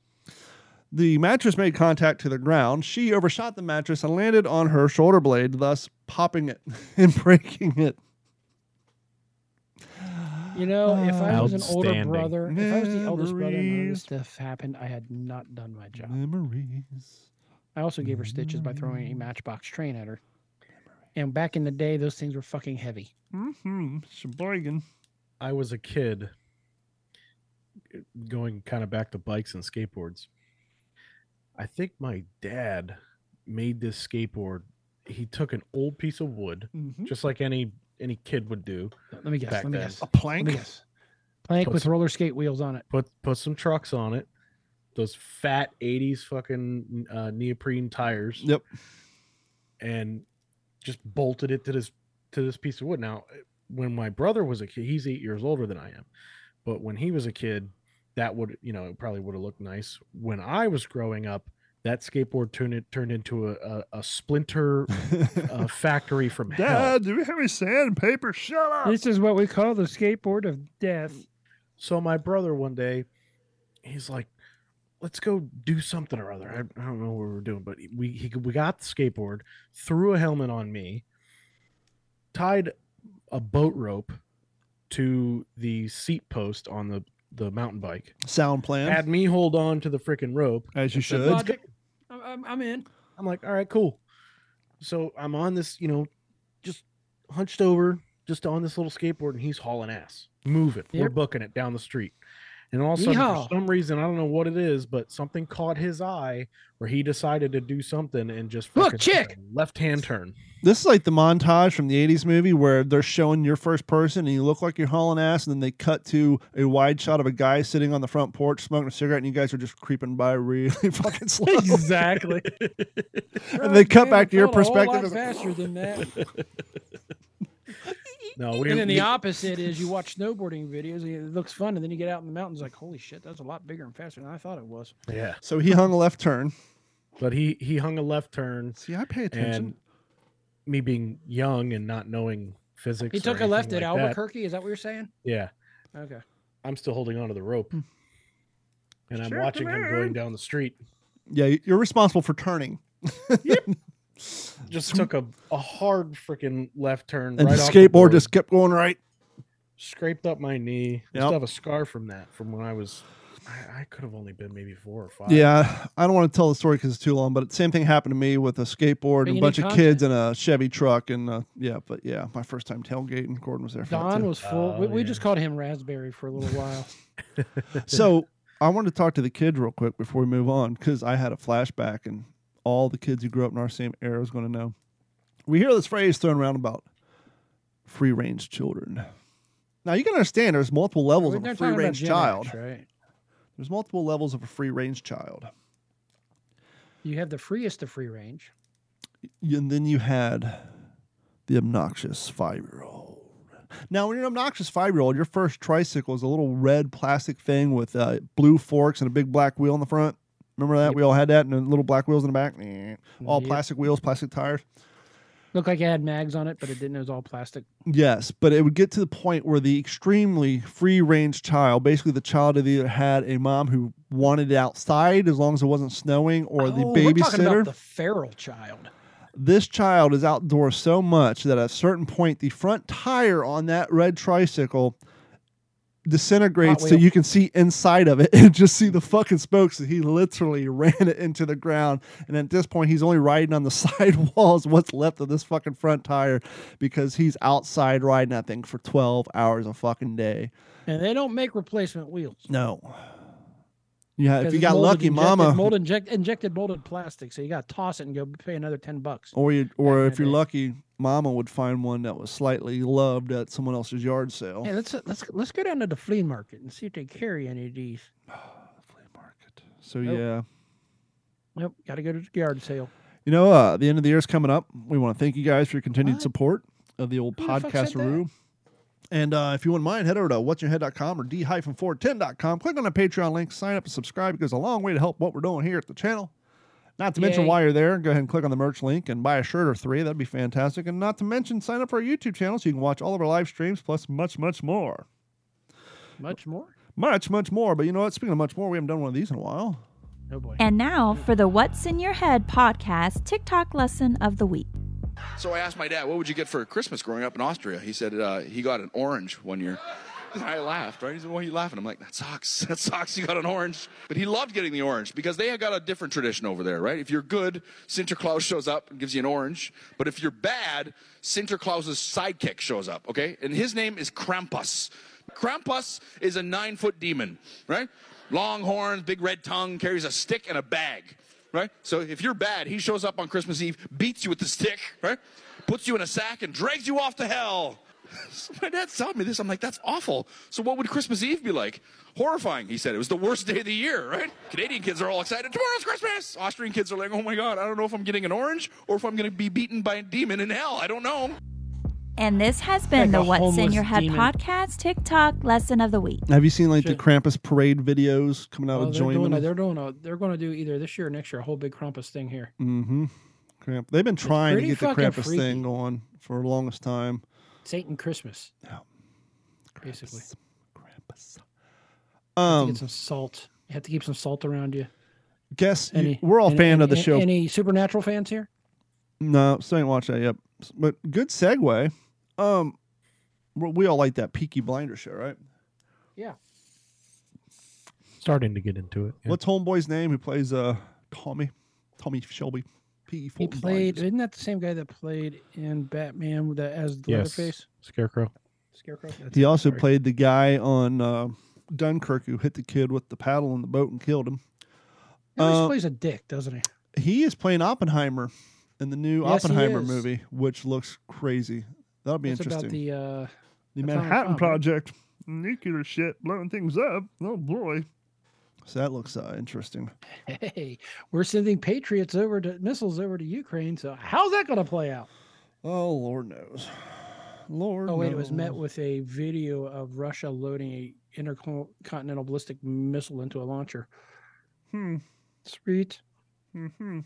C: The mattress made contact to the ground. She overshot the mattress and landed on her shoulder blade, thus popping it and breaking it.
A: You know, if I was an older
D: Outstanding.
A: brother, if I was the eldest brother and none of
C: Memories.
A: this stuff happened, I had not done my job.
C: Memories.
A: I also gave her stitches by throwing a matchbox train at her. And back in the day, those things were fucking heavy.
C: Mm-hmm. Sheboygan.
D: I was a kid going kind of back to bikes and skateboards. I think my dad made this skateboard. He took an old piece of wood,
C: Mm-hmm.
D: just like any any kid would do.
A: Let me guess.
D: Back
A: let me
D: then.
A: guess.
C: A
A: Let me
C: plank.
A: guess. Plank
D: Put
A: with
D: some-
A: roller skate wheels on it.
D: Put put some trucks on it. Those fat 80s fucking uh, neoprene tires.
C: Yep.
D: and just bolted it to this to this piece of wood. Now, when my brother was a kid, he's eight years older than I am. But when he was a kid, that would you know it probably would have looked nice. When I was growing up, that skateboard turned it turned into a a, a splinter uh, factory from hell.
C: Dad, do we have any sandpaper? Shut up.
A: This is what we call the skateboard of death.
D: So my brother one day, he's like, "Let's go do something or other." I, I don't know what we were doing, but we he, we got the skateboard, threw a helmet on me, tied a boat rope to the seat post on the the mountain bike,
C: Sound plan.
D: had me hold on to the freaking rope.
C: as you
D: said,
C: should.
D: "Logic."
A: I'm, I'm, I'm in.
D: I'm like, "All right, cool." So I'm on this, you know, just hunched over, just on this little skateboard, and he's hauling ass, moving. We're
A: Yep.
D: booking it down the street. And all of a sudden,
A: Yeehaw.
D: for some reason, I don't know what it is, but something caught his eye where he decided to do something and just
A: Look,
D: fucking
A: chick!
D: took a left-hand turn.
C: This is like the montage from the 80s movie where they're showing your first person and you look like you're hauling ass, and then they cut to a wide shot of a guy sitting on the front porch smoking a cigarette, and you guys are just creeping by really fucking slow.
A: Exactly.
C: And they cut back to your perspective. It's like,
A: faster than that.
D: No, we
A: and then the
D: we-
A: opposite is you watch snowboarding videos. and It looks fun, and then you get out in the mountains, like holy shit, that's a lot bigger and faster than I thought it was.
D: yeah,
C: So he hung a left turn.
D: but he he hung a left turn,
C: See, I pay
D: and
C: attention.
D: me being young and not knowing physics,
A: He took
D: or
A: a left
D: anything
A: at
D: like that,
A: Albuquerque. Is that what you're saying?
D: Yeah,
A: Okay.
D: I'm still holding onto the
A: Hmm.
D: rope, and I'm
C: Sure,
D: watching
C: come
D: him
C: on.
D: going down the street.
C: yeah, you're responsible for turning.
D: Just took a, a hard freaking left turn,
C: And
D: right
C: the
D: off
C: skateboard
D: board,
C: just kept going right.
D: scraped up my knee. I
C: Yep.
D: still have a scar from that, from when I was. I, I could have only been maybe four or five.
C: Yeah, I don't want to tell the story because it's too long, but the same thing happened to me with a skateboard and
A: you
C: a
A: need
C: bunch of kids and a Chevy truck. And uh, yeah, but yeah, my first time tailgating, Gordon was there for that
A: Don
C: too.
A: was full. we,
D: Oh,
A: we
D: yeah.
A: just called him Raspberry for a little while.
C: so I want to talk to the kids real quick before we move on because I had a flashback, and all the kids who grew up in our same era is going to know. We hear this phrase thrown around about free range children. Now you can understand there's multiple levels
A: We're
C: of a
A: not
C: free
A: talking about
C: range
A: Gen X,
C: child.
A: right?
C: There's multiple levels of a free range child.
A: You have the freest of free range.
C: Y- And then you had the obnoxious five year old. Now, when you're an obnoxious five year old, your first tricycle is a little red plastic thing with uh, blue forks and a big black wheel in the front. Remember that?
A: Yep.
C: We all had that and then little black wheels in the back. Nyeh. All
A: Yep.
C: plastic wheels, plastic tires.
A: Looked like it had mags on it, but it didn't. It was all plastic.
C: Yes, but it would get to the point where the extremely free range child, basically the child that either had a mom who wanted it outside as long as it wasn't snowing or the
A: Oh, We're talking
C: babysitter.
A: about the feral child.
C: this child is outdoors so much that at a certain point the front tire on that red tricycle disintegrates
A: Hot
C: so
A: wheel.
C: you can see inside of it and just see the fucking spokes that he literally ran it into the ground and at this point he's only riding on the side walls what's left of this fucking front tire because he's outside riding that thing for 12 hours a fucking day
A: And they don't make replacement wheels.
C: no yeah if
A: 'Cause
C: you
A: it's
C: got
A: molded,
C: lucky
A: injected,
C: mama
A: mold inject, injected molded plastic, so you got to toss it and go pay another ten bucks.
C: or you or
A: in
C: if
A: the
C: you're
A: day.
C: lucky mama would find one that was slightly loved at someone else's yard sale
A: Hey, let's uh, let's let's go down to the flea market and see if they carry any of these.
C: Ah, flea market. So
A: Nope.
C: yeah,
A: Nope, got to go to the yard sale.
C: you know, uh, the end of the year is coming up. We want to thank you guys for your continued
A: What?
C: support of the old
A: Who the fuck said that?
C: podcasteroo. And uh, if you wouldn't mind, head over to whatsinyourhead.com or d-410.com. Click on the Patreon link, sign up and subscribe. It goes a long way to help what we're doing here at the channel. Not to mention,
A: Yay.
C: while you're there, go ahead and click on the merch link and buy a shirt or three. That'd be fantastic. And not to mention, sign up for our YouTube channel so you can watch all of our live streams plus much, much more.
A: Much more?
C: Much, much more. But you know what? Speaking of much more, we haven't done one of these in a while.
A: Oh boy.
B: And now for the What's in Your Head podcast TikTok lesson of the week.
E: So I asked my dad, what would you get for Christmas growing up in Austria? He said, uh, he got an orange one year. And I laughed, right? He said, why are you laughing? I'm like, that sucks. That sucks. You got an orange. But he loved getting the orange because they had got a different tradition over there, right? If you're good, Sinterklaas shows up and gives you an orange. But if you're bad, Sinterklaas's sidekick shows up, okay? And his name is Krampus. Krampus is a nine foot demon, right? Long horns, big red tongue, carries a stick and a bag right? So if you're bad, he shows up on Christmas Eve, beats you with the stick, right? Puts you in a sack and drags you off to hell. So my dad told me this. I'm like, that's awful. So what would Christmas Eve be like? Horrifying, he said. It was the worst day of the year, right? Canadian kids are all excited. Tomorrow's Christmas. Austrian kids are like, oh my God, I don't know if I'm getting an orange or if I'm going to be beaten by a demon in hell. I don't know.
B: And this has been
A: Like
B: the
A: a
B: What's in
A: homeless
B: Your Head
A: demon.
B: podcast TikTok lesson of the week.
C: Have you seen like
A: Shit.
C: the Krampus parade videos coming out of
A: Well, Oh, they're, doing,
C: Joyman?
A: a- they're doing a, they're going to do either this year or next year a whole big Krampus thing here.
C: Mm-hmm. Kramp. They've been trying to
A: pretty
C: get the
A: fucking
C: Krampus
A: freaky.
C: thing going for the longest time.
A: Satan Christmas.
C: Krampus.
A: Basically.
C: Krampus.
A: You
C: Um,
A: get some salt. You have to keep some salt around you.
C: guess you-
A: Any?
C: we're all
A: any-
C: fan of the
A: any-
C: show.
A: Any supernatural fans here?
C: No, still ain't watched that yet. But good segue. Um, we we all like that Peaky Blinder show, right?
D: Starting to get into it. yeah.
C: What's homeboy's name who plays uh Tommy, Tommy Shelby? P. E
A: He played. Isn't that the same guy that played in Batman that as the
D: Yes.
A: Leatherface
D: Scarecrow?
A: Scarecrow? That's
C: He
A: it,
C: also
A: sorry.
C: played the guy on uh, Dunkirk who hit the kid with the paddle in the boat and killed him.
A: He always
C: uh,
A: plays a dick, doesn't he?
C: He is playing Oppenheimer in the new
A: Yes, he
C: Oppenheimer
A: is.
C: movie, which looks crazy. That'll be
A: It's about
C: interesting.
A: the. Uh,
C: the
A: Atomic
C: Manhattan
A: Bomb, right?
C: Project, nuclear shit, blowing things up. Oh boy. So that looks uh, interesting.
A: hey, we're sending Patriots over to missiles over to Ukraine. So how's that going to play out?
C: Oh Lord knows. Lord.
A: Oh wait, it was met
C: knows.
A: with a video of Russia loading a intercontinental ballistic missile into a launcher.
C: Hmm.
A: Sweet.
C: Mm-hmm.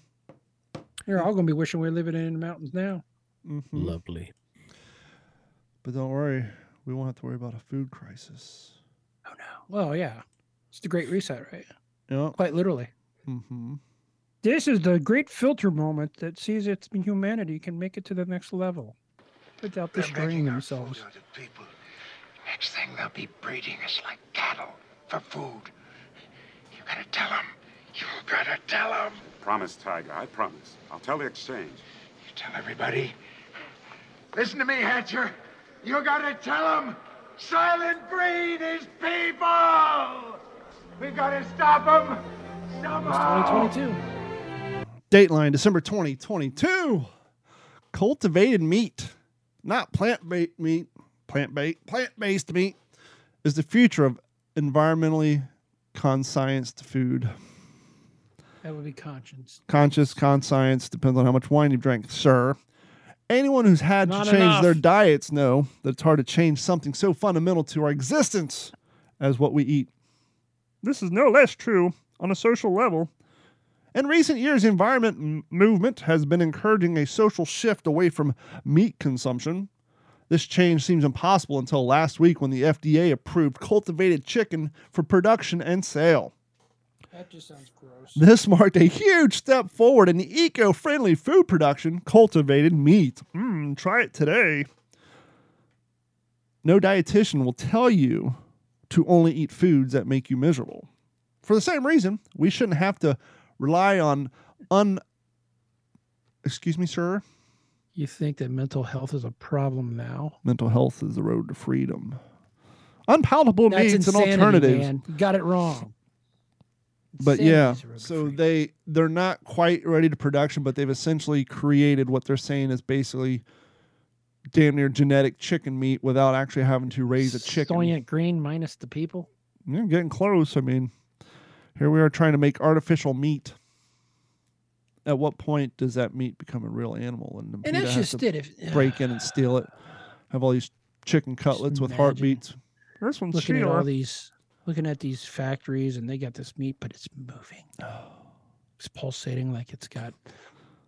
A: You're all going to be wishing we were living in the mountains now.
C: Mm-hmm.
D: Lovely.
C: But don't worry, we won't have to worry about a food crisis.
A: Oh no. Well, yeah. It's the Great Reset, right?
C: Yeah.
A: Quite literally.
C: Mm-hmm.
A: This is the great filter moment that sees its humanity can make it to the next level without
F: They're
A: destroying
F: making our
A: themselves.
F: food into people. Next thing, they'll be breeding us like cattle for food. You gotta tell them. You gotta tell them.
G: Promise, Tiger. I promise. I'll tell the exchange.
F: You tell everybody. Listen to me, Hatcher. You gotta tell them. Silent breed is people. We gotta stop them somehow.
A: 2022.
C: Dateline, December 2022. Cultivated meat, not plant based meat, plant based plant based meat, is the future of environmentally conscienced food.
A: That would be conscience.
C: Conscious conscience depends on how much wine you drink, sir. Anyone who's had
A: Not
C: to change their
A: enough.
C: diets know that it's hard to change something so fundamental to our existence as what we eat. This is no less true on a social level. In recent years, the environment m- movement has been encouraging a social shift away from meat consumption. This change seems impossible until last week when the FDA approved cultivated chicken for production and sale.
A: That just sounds gross.
C: This marked a huge step forward in the eco friendly food production, cultivated meat. Mmm, try it today. No dietitian will tell you to only eat foods that make you miserable. For the same reason, we shouldn't have to rely on un. Excuse me, sir?
A: You think that mental health is a problem now?
C: Mental health is the road to freedom. Unpalatable
A: That's
C: meats and
A: insanity,
C: alternatives.
A: man. You got it wrong.
C: but
A: Insanity
C: yeah
A: is a rubber
C: so
A: freak.
C: they they're not quite ready to production but they've essentially created what they're saying is basically damn near genetic chicken meat without actually having to raise a chicken
A: Soylent Green minus the people.
C: yeah, getting close i mean here we are trying to make artificial meat at what point does that meat become a real animal and,
A: And
C: PETA
A: that's
C: has
A: just
C: to
A: it. If uh,
C: break in and steal it have all these chicken cutlets with
A: imagine
C: heartbeats this one's
A: looking at
C: sheila
A: all these looking at these factories and they got this meat but it's moving it's pulsating like it's got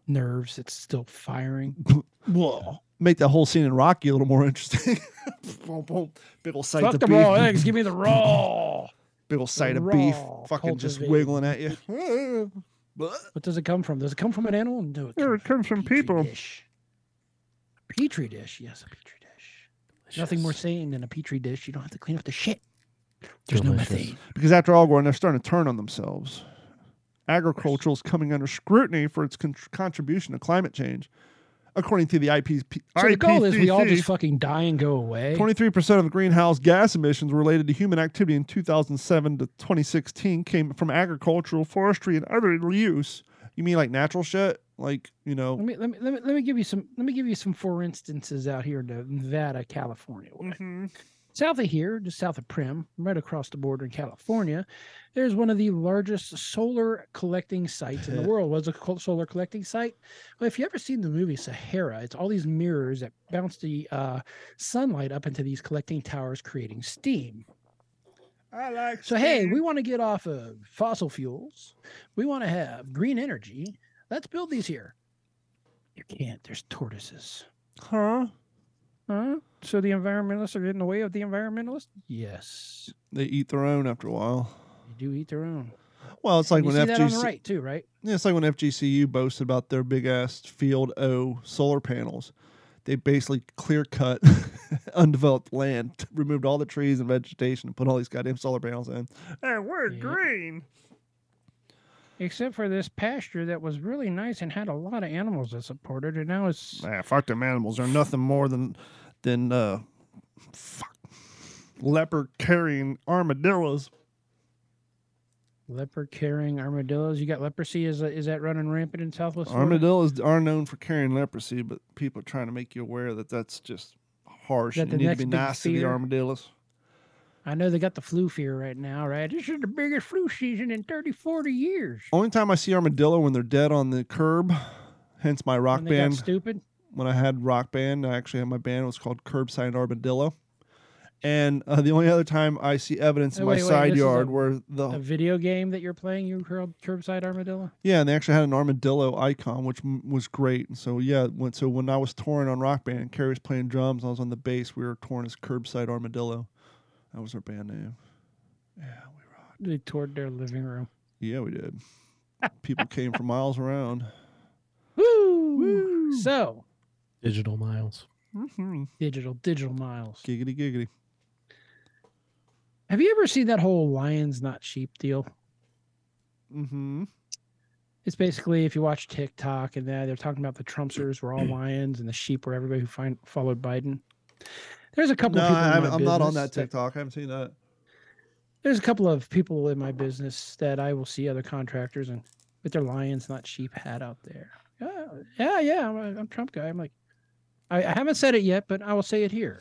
A: nerves it's still firing whoa
C: make that whole scene in rocky a little more interesting Boom, boom. big old sight
A: fuck
C: to
A: the
C: be-
A: raw eggs give me the raw
C: big old sight of beef
A: Raw,
C: fucking just
A: cultivated.
C: wiggling at you.
A: what does it come from does it come from an animal no it,
C: There it comes from
A: petri
C: people.
A: dish. A petri dish yes a petri dish nothing more sane than a petri dish you don't have to clean up the shit there's
D: Delicious.
A: no methane
C: because after all, Gordon, they're starting to turn on themselves. Agriculture is coming under scrutiny for its con- contribution to climate change, according to the IPCC.
A: so the goal is we all just fucking die and go away
C: 23% of the greenhouse gas emissions related to human activity in 2007 to 2016 came from agricultural, forestry, and other use. You mean like natural shit? Like, you know,
A: Let me, let me let me let me give you some let me give you some for instances out here in Nevada, California. way.
C: mhm.
A: South of here, just south of Prim, right across the border in California, there's one of the largest solar collecting sites in the world. What's a col- solar collecting site? Well, if you ever seen the movie Sahara, it's all these mirrors that bounce the uh, sunlight up into these collecting towers, creating steam.
C: I like.
A: So, hey, we want to get off of fossil fuels. We want to have green energy. Let's build these here. You can't. There's tortoises.
C: Huh?
A: Huh? So the environmentalists are in the way of the environmentalists? Yes.
C: They eat their own after a while.
A: They do eat their own.
C: Well, it's like
A: you
C: when
A: see that on the
C: FGC.
A: right, too, right?
C: Yeah, it's like when FGCU boasted about their big ass Field O solar panels. They basically clear cut undeveloped land, removed all the trees and vegetation, and put all these goddamn solar panels in. And we're
A: Yeah.
C: green.
A: Except for this pasture that was really nice and had a lot of animals that supported it. And now it's
C: Ah, fuck them animals. They're nothing more than than uh, fuck leopard carrying armadillos.
A: leopard carrying armadillos. You got leprosy. Is, is that running rampant in Southwest Florida?
C: Armadillos are known for carrying leprosy, but people are trying to make you aware that that's just harsh.
A: That
C: and
A: the
C: you need to
A: next
C: be
A: big
C: nice to the
A: fear?
C: armadillos.
A: I know they got the flu fear right now, right? This is the biggest flu season in 30, 40 years.
C: Only time I see armadillo when they're dead on the curb. Hence my rock
A: When they got
C: band.
A: stupid.
C: when I had rock band, I actually had my band. It was called Curbside Armadillo. And uh, the only other time I see evidence in
A: Oh,
C: my
A: wait, wait,
C: side
A: this is a-
C: yard where the
A: A video game that you're playing, you curled curbside armadillo?
C: Yeah, and they actually had an armadillo icon, which m- was great. And so yeah, when so when I was touring on Rock Band, Carrie was playing drums, I was on the bass. We were touring as Curbside Armadillo. That was our band name. Yeah, we rocked.
A: They toured their living room.
C: Yeah, we did. People came from miles around.
A: Woo! So,
D: Digital miles.
A: Mm-hmm.
C: Mhm.
A: digital, digital miles.
C: Giggity giggity.
A: Have you ever seen that whole lions not sheep deal?
C: Mm-hmm.
A: It's basically if you watch TikTok and that they're talking about the Trumpsters were all lions and the sheep were everybody who find, followed Biden. There's a couple
C: No,
A: of people. in
C: I, I'm
A: my
C: I'm not on
A: business
C: that TikTok. I haven't seen that.
A: There's a couple of people in my business that I will see other contractors and with their lions not sheep hat out there. Yeah, yeah, yeah. I'm a, I'm a Trump guy. I'm like, I, I haven't said it yet, but I will say it here.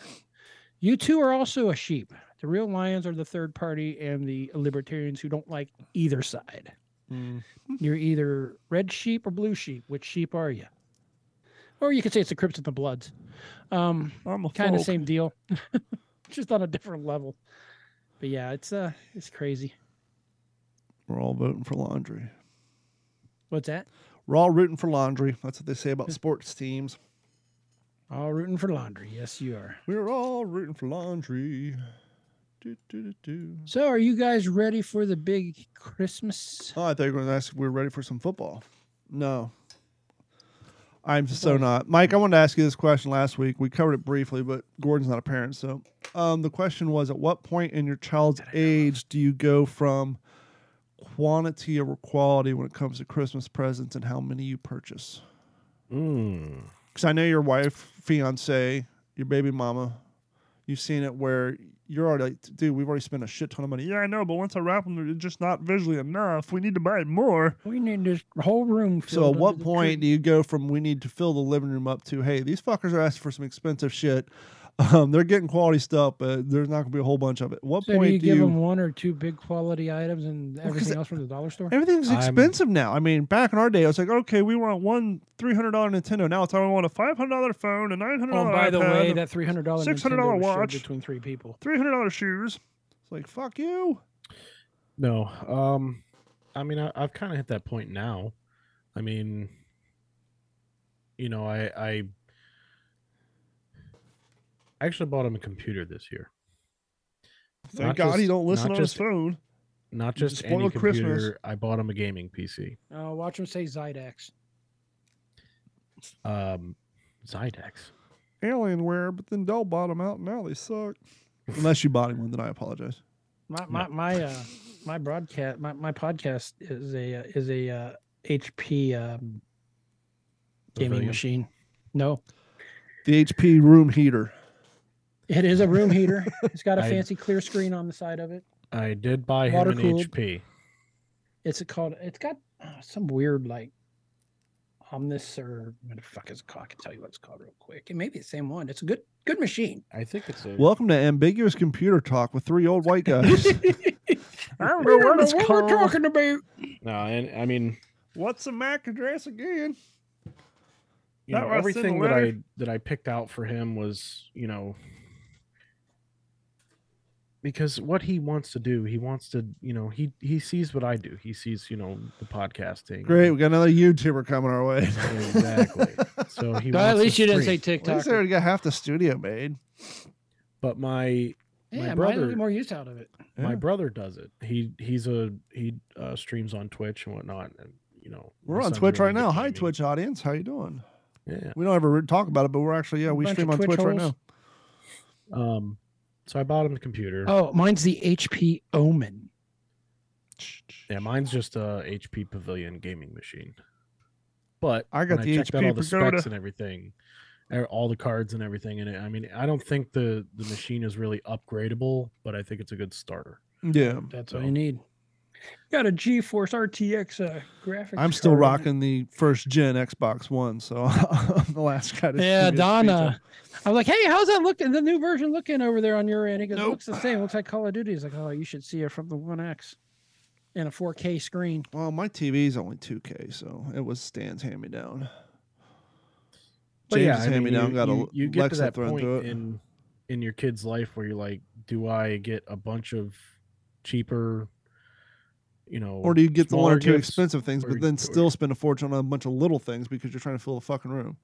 A: You two are also a sheep. The real lions are the third party and the libertarians who don't like either side.
C: Mm.
A: You're either red sheep or blue sheep. Which sheep are you? Or you could say it's the Crips and the Bloods. Um,
C: I'm a
A: kind of
C: folk.
A: same deal, just on a different level. But yeah, it's uh, it's crazy.
C: We're all voting for laundry.
A: What's that?
C: We're all rooting for laundry. That's what they say about sports teams.
A: All rooting for laundry. Yes, you are.
C: We're all rooting for laundry. Do, do, do, do.
A: So, are you guys ready for the big Christmas?
C: Oh, I thought you were going to ask if we were ready for some football. No. I'm so not. Mike, I wanted to ask you this question last week. We covered it briefly, but Gordon's not a parent. So um, the question was at what point in your child's age do you go from quantity over quality when it comes to Christmas presents and how many you purchase?
D: Mm.
C: because I know your wife, fiance, your baby mama, you've seen it where you're already like, dude, we've already spent a shit ton of money. Yeah, I know, but once I wrap them, they're just not visually enough. We need to buy more.
A: We need this whole room.
C: So
A: filled
C: at what
A: under the
C: point do
A: tree.
C: you go from we need to fill the living room up to hey, these fuckers are asking for some expensive shit. Um, they're getting quality stuff, but there's not going to be a whole bunch of it. At what
A: So do
C: point
A: you give them one or two big quality items and everything else from the dollar store?
C: Everything's
D: I'm-
C: expensive now. I mean, back in our day, I was like, okay, we want one three hundred dollar Nintendo. Now it's I want a five hundred dollar phone, a nine hundred
A: Oh,
C: dollar.
A: and by the way, that three hundred dollar
C: $600 watch.
A: between three people.
C: three hundred dollar shoes. It's like fuck you.
D: No. Um, I mean, I, I've kind of hit that point now. I mean, you know, I I I actually bought him a computer this year.
C: Thank
D: Not
C: God he
D: just-
C: don't listen
D: not
C: on his
D: just-
C: phone.
D: Not just any
C: Spoiled
D: computer.
C: Christmas.
D: I bought him a gaming PC.
A: Uh, watch them say Zydex.
D: Um, Zydex.
C: Alienware, but then Dell bought him out. and Now they suck. Unless you bought him one, then I apologize.
A: My my my uh, my broadcast my, my podcast is a uh, is a uh, HP um, gaming
D: Pavilion.
A: machine. No,
C: The HP room heater.
A: it is a room heater. It's got a
D: I-
A: fancy clear screen on the side of it.
D: I did buy him an
A: Water-cooled.
D: HP.
A: It's called. It's got uh, some weird like Omnis or what the fuck is it called? I can tell you what it's called real quick. It may be the same one. It's a good good machine.
D: I think it's a.
C: Welcome to ambiguous computer talk with three old white guys.
A: I don't know
H: what it's
A: we're
H: called.
A: talking about.
D: no, and I mean,
C: What's the MAC address again?
D: you
C: That
D: know,
C: was in the
D: everything that I
C: letter.
D: that I picked out for him was, you know, because what he wants to do, he wants to, you know, he he sees what I do. He sees, you know, the podcasting.
C: Great, we got another YouTuber coming our way.
D: Exactly. So he.
A: At
D: wants
A: least
D: to
A: you didn't
D: stream.
A: say
C: At least
A: TikTok.
C: they already got half the studio made.
D: But my
A: Yeah,
D: My
A: I might get
D: brother-
A: more use out of it.
D: my
C: Yeah.
D: brother does it. He he's a he uh, streams on Twitch and whatnot. And you know,
C: We're
D: my
C: on
D: son
C: Twitch
D: really
C: right
D: into
C: now. Hi,
D: gaming.
C: Twitch audience. How you doing?
D: Yeah.
C: We don't ever re- talk about it, but we're actually yeah, we
A: Bunch
C: stream
A: of
C: on Twitch,
A: Twitch
C: right now.
A: holes.
D: Um. So I bought him the computer.
A: Oh, mine's the HP Omen.
D: Yeah, mine's just a HP Pavilion gaming machine. But
C: I got
D: when
C: the
D: checked out
C: HP
D: all the
C: Pagoda.
D: specs and everything, er, all the cards and everything in it. I mean, I don't think the the machine is really upgradable, but I think it's a good starter.
C: Yeah,
A: That's
D: So-
A: all you need. Got a GeForce RTX uh, graphics.
C: I'm still
A: card.
C: rocking the first gen Xbox One, so I'm the last guy to.
A: Yeah,
C: see this
A: Donna. I was like, "Hey, how's that looking? The new version looking over there on your end?" He goes,
C: Nope.
A: "Looks the same. Looks like Call of Duty." He's like, "Oh, you should see it from the One X, and a 4K screen."
C: feature. Well, my TV's only 2K, so it was Stan's hand me down.
D: But yeah,
C: James's
D: I mean,
C: hand-me-down
D: you,
C: got a
D: you, you get to
C: Lexus
D: that
C: thrown
D: point
C: through it.
D: in in your kid's life where you're like, do I get a bunch of cheaper, you know,
C: Or do you get the one or
D: smaller
C: two
D: gifts?
C: expensive things,
D: or-
C: but then
D: or-
C: still spend a fortune on a bunch of little things because you're trying to fill the fucking room?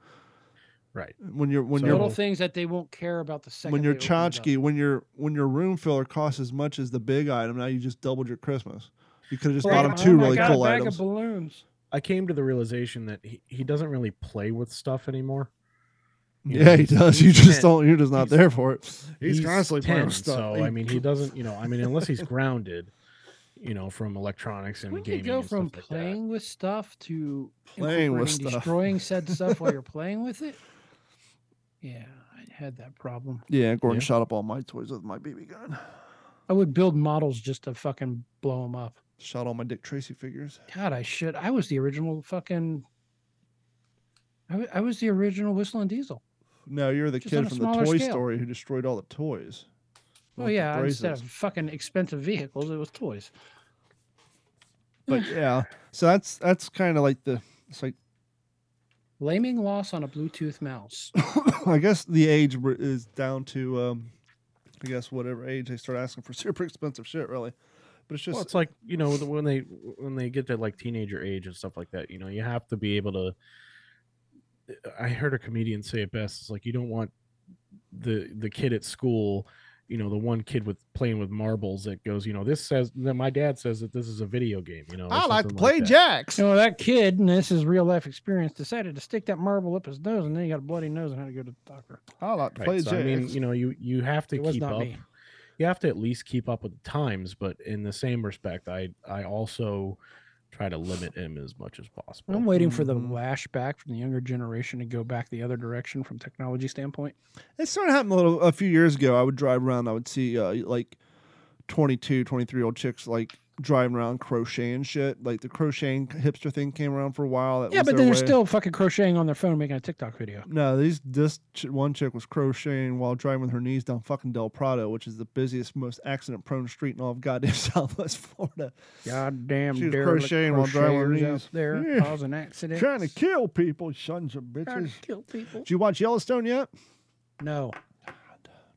D: Right.
C: When you're when
D: So-
C: you're
A: Little things that they won't care about the second.
C: when your
A: they open it up.
C: tchotchke, when your when your room filler costs as much as the big item, now you just doubled your Christmas. You could have just
A: Right,
C: bought them
A: oh
C: two
A: my
C: really
A: God,
C: cool
A: bag
C: items.
A: Of balloons.
D: I came to the realization that he, he doesn't really play with stuff anymore. you know,
C: yeah, he
D: he's-
C: does.
D: he's
C: You just
D: 10.
C: don't. You're just not
D: He's-
C: there for it.
D: So I mean, he doesn't. You know, I mean, unless he's grounded, you know, from electronics and
A: When you
D: gaming.
A: go
D: and
A: from
D: stuff
A: playing with stuff to
C: Playing with
A: incorporating
C: stuff.
A: destroying said stuff while you're playing with it, yeah, I had that problem.
C: Yeah, Gordon
D: Yeah.
C: shot up all my toys with my BB gun.
A: I would build models just to fucking blow them up.
C: Shot all my Dick Tracy figures.
A: God, I should. I was the original fucking. I wa- I was the original Whistling Diesel.
C: No, you're the
A: Just on
C: kid
A: a
C: from the
A: smaller
C: Toy
A: scale.
C: Story who destroyed all the toys.
A: Well,
C: With the
A: yeah, instead of
C: braces.
A: fucking expensive vehicles, it was toys.
C: But yeah, so that's that's kind of like the. It's like
A: Laming loss on a Bluetooth mouse.
C: I guess the age re- is down to, um, I guess whatever age they start asking for super expensive shit, really. But it's just
D: Well, it's like you know the- when they when they get to like teenager age and stuff like that. You know, you have to be able to. I heard a comedian say it best. It's like you don't want the the kid at school, you know, the one kid with playing with marbles that goes, you know, this says that my dad says that this is a video game. You know, or
C: I like to
D: something
C: play
D: that.
C: jacks.
A: You know, that kid, and this is real life experience, decided to stick that marble up his nose, and then he got a bloody nose and had to go to the doctor.
C: I like to play
D: Right. So,
C: jacks.
D: I mean, you know, you you have to
A: It was
D: keep
A: not
D: up.
A: me.
D: You have to at least keep up with the times, but in the same respect, I I also try to limit him as much as possible.
A: I'm waiting for the
C: Mhm.
A: lashback from the younger generation to go back the other direction from technology standpoint.
C: It started happening a little a few years ago. I would drive around. I would see uh, like 22, 23 year old chicks like driving around crocheting shit. Like the crocheting hipster thing came around for a while. That
A: yeah,
C: was
A: but
C: their
A: then they're
C: way.
A: still fucking crocheting on their phone, making a TikTok video.
C: no. These this ch- one chick was crocheting while driving with her knees down fucking Del Prado, which is the busiest, most accident prone street in all of goddamn Southwest Florida.
A: Goddamn,
C: She was
A: derelict
C: crocheting while driving her
A: crocheters out
C: knees.
A: there,
C: Yeah.
A: causing accidents,
C: Trying to kill people, sons of
A: Trying
C: bitches.
A: to kill people.
C: Did you watch Yellowstone yet?
A: No,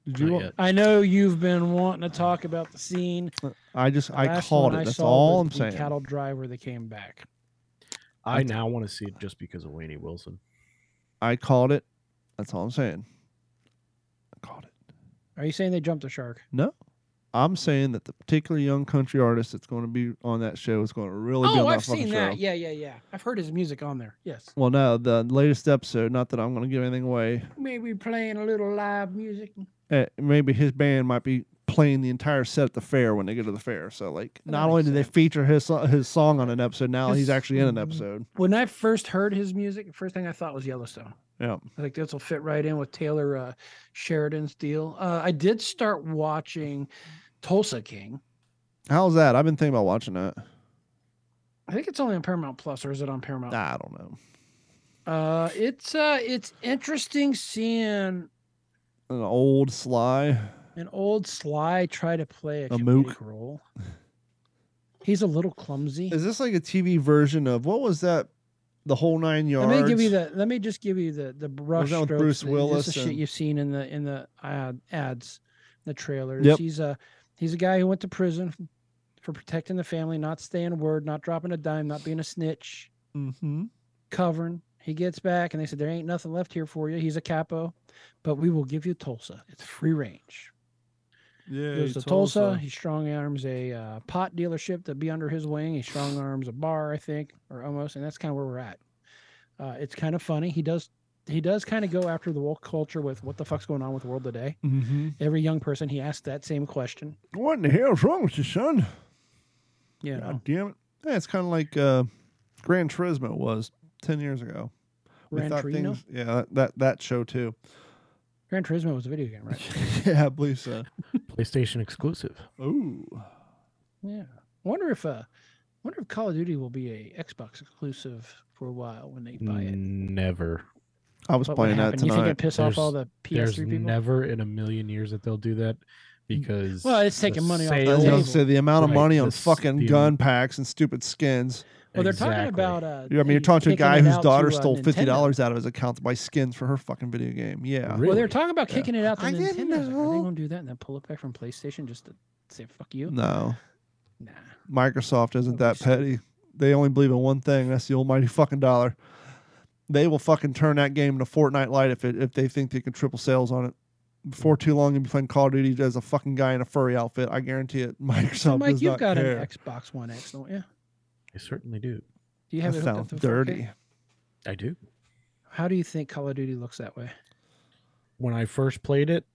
C: Did
D: Not
C: you? wa-
D: yet.
A: I know you've been wanting to talk about the scene.
C: Uh, I just
A: The
C: I
A: last
C: called
A: one
C: it.
A: I
C: That's
A: saw
C: all
A: was
C: I'm
A: the
C: saying.
A: Cattle drive where they came back.
D: I now want to see it just because of Wayne E. Wilson.
C: I called it. That's all I'm saying. I called it.
A: Are you saying they jumped the shark?
C: No. I'm saying that the particular young country artist that's going to be on that show is going to really be on
A: oh,
C: that
A: I've
C: fucking
A: seen
C: show.
A: that. Yeah, yeah, yeah. I've heard his music on there. Yes.
C: Well, no, the latest episode, not that I'm going to give anything away,
A: Maybe playing a little live music.
C: eh, maybe his band might be playing the entire set at the fair when they go to the fair. So, like,
A: That
C: not
A: makes
C: only did they
A: sense.
C: feature his, so- his song on an episode, now he's
A: His-
C: actually in an
A: Mhm.
C: episode.
A: When I first heard his music, the first thing I thought was Yellowstone.
C: Yeah.
A: I think this will fit right in with Taylor uh, Sheridan's deal. Uh, I did start watching Tulsa King.
C: How's that? I've been thinking about watching that.
A: I think it's only on Paramount Plus, or is it on Paramount?
C: I don't know.
A: Uh, it's uh, it's interesting seeing
C: An old Sly.
A: an old Sly try to play a,
C: A
A: comedic
C: mook.
A: role. He's a little clumsy.
C: Is this like a TV version of what was that? The whole nine yards.
A: Let me give you the. Let me just give you the the brush
C: that with
A: strokes
C: Bruce
A: that- this
C: Willis
A: is shit
C: and-
A: you've seen in the in the ad, ads, the trailers.
C: Yep.
A: He's a he's a guy who went to prison f- for protecting the family, not staying word, not dropping a dime, not being a snitch,
C: Mm-hmm.
A: covering. He gets back and they said there ain't nothing left here for you. He's a capo, but we will give you Tulsa. It's free range.
C: Yeah.
A: He goes to Tulsa.
H: uh,
A: He strong arms a uh, pot dealership to be under his wing. He strong arms a bar, I think, or almost, and that's kind of where we're at. Uh, it's kind of funny. He does he does kind of go after the woke culture with what the fuck's going on with the world today.
C: Mm-hmm.
A: Every young person he asks that same question.
C: What in the hell's wrong with you, son?
A: You know,
C: God damn it. Yeah, it's kind of like uh, Gran Turismo was 10 years ago.
A: Gran
C: thought
A: Torino.
C: yeah, that, that, that show too.
A: Gran Turismo was a video game, right?
C: yeah, I believe so.
D: PlayStation exclusive.
C: Ooh.
A: yeah. Wonder if uh, wonder if Call of Duty will be a Xbox exclusive for a while when they buy it.
D: Never.
C: I was
A: What would
C: playing that
A: happen? You think
C: tonight.
A: it piss off all the
D: There's
A: PS3 people?
D: never in a million years that they'll do that because
A: Well, it's
D: the
A: taking money off the
C: I was gonna
A: table.
C: say the amount of
D: Right,
C: money on
D: this-
C: fucking
D: the-
C: gun packs and stupid skins.
A: Well, they're talking
D: Exactly.
A: about. Uh,
C: You know, I mean, you're
A: they
C: talking to a
A: kicking
C: guy
A: it
C: whose
A: out
C: daughter
A: to, uh,
C: stole fifty
A: Nintendo.
C: dollars out of his account to buy skins for her fucking video game. Yeah,
D: Really?
A: Well, they're talking about
C: Yeah.
A: kicking it out to
C: I
A: Nintendo.
C: didn't
A: I was like, Are
C: know.
A: they gonna do that and then pull it back from PlayStation just to say fuck you?
C: no,
A: Nah.
C: Microsoft isn't
A: I
C: that
A: wish-
C: petty. They only believe in one thing. That's the almighty fucking dollar. They will fucking turn that game into Fortnite Lite if it, if they think they can triple sales on it. Before too long, you'll be playing Call of Duty as a fucking guy in a furry outfit. I guarantee it. Microsoft
A: Mike,
C: does
A: you've
C: not
A: got
C: care.
A: an Xbox One X, don't you?
D: I certainly do.
A: Do you
C: that
A: have it hooked up
C: sounds
A: to 4K?
C: dirty.
D: I do.
A: How do you think Call of Duty looks that way?
D: When I first played it,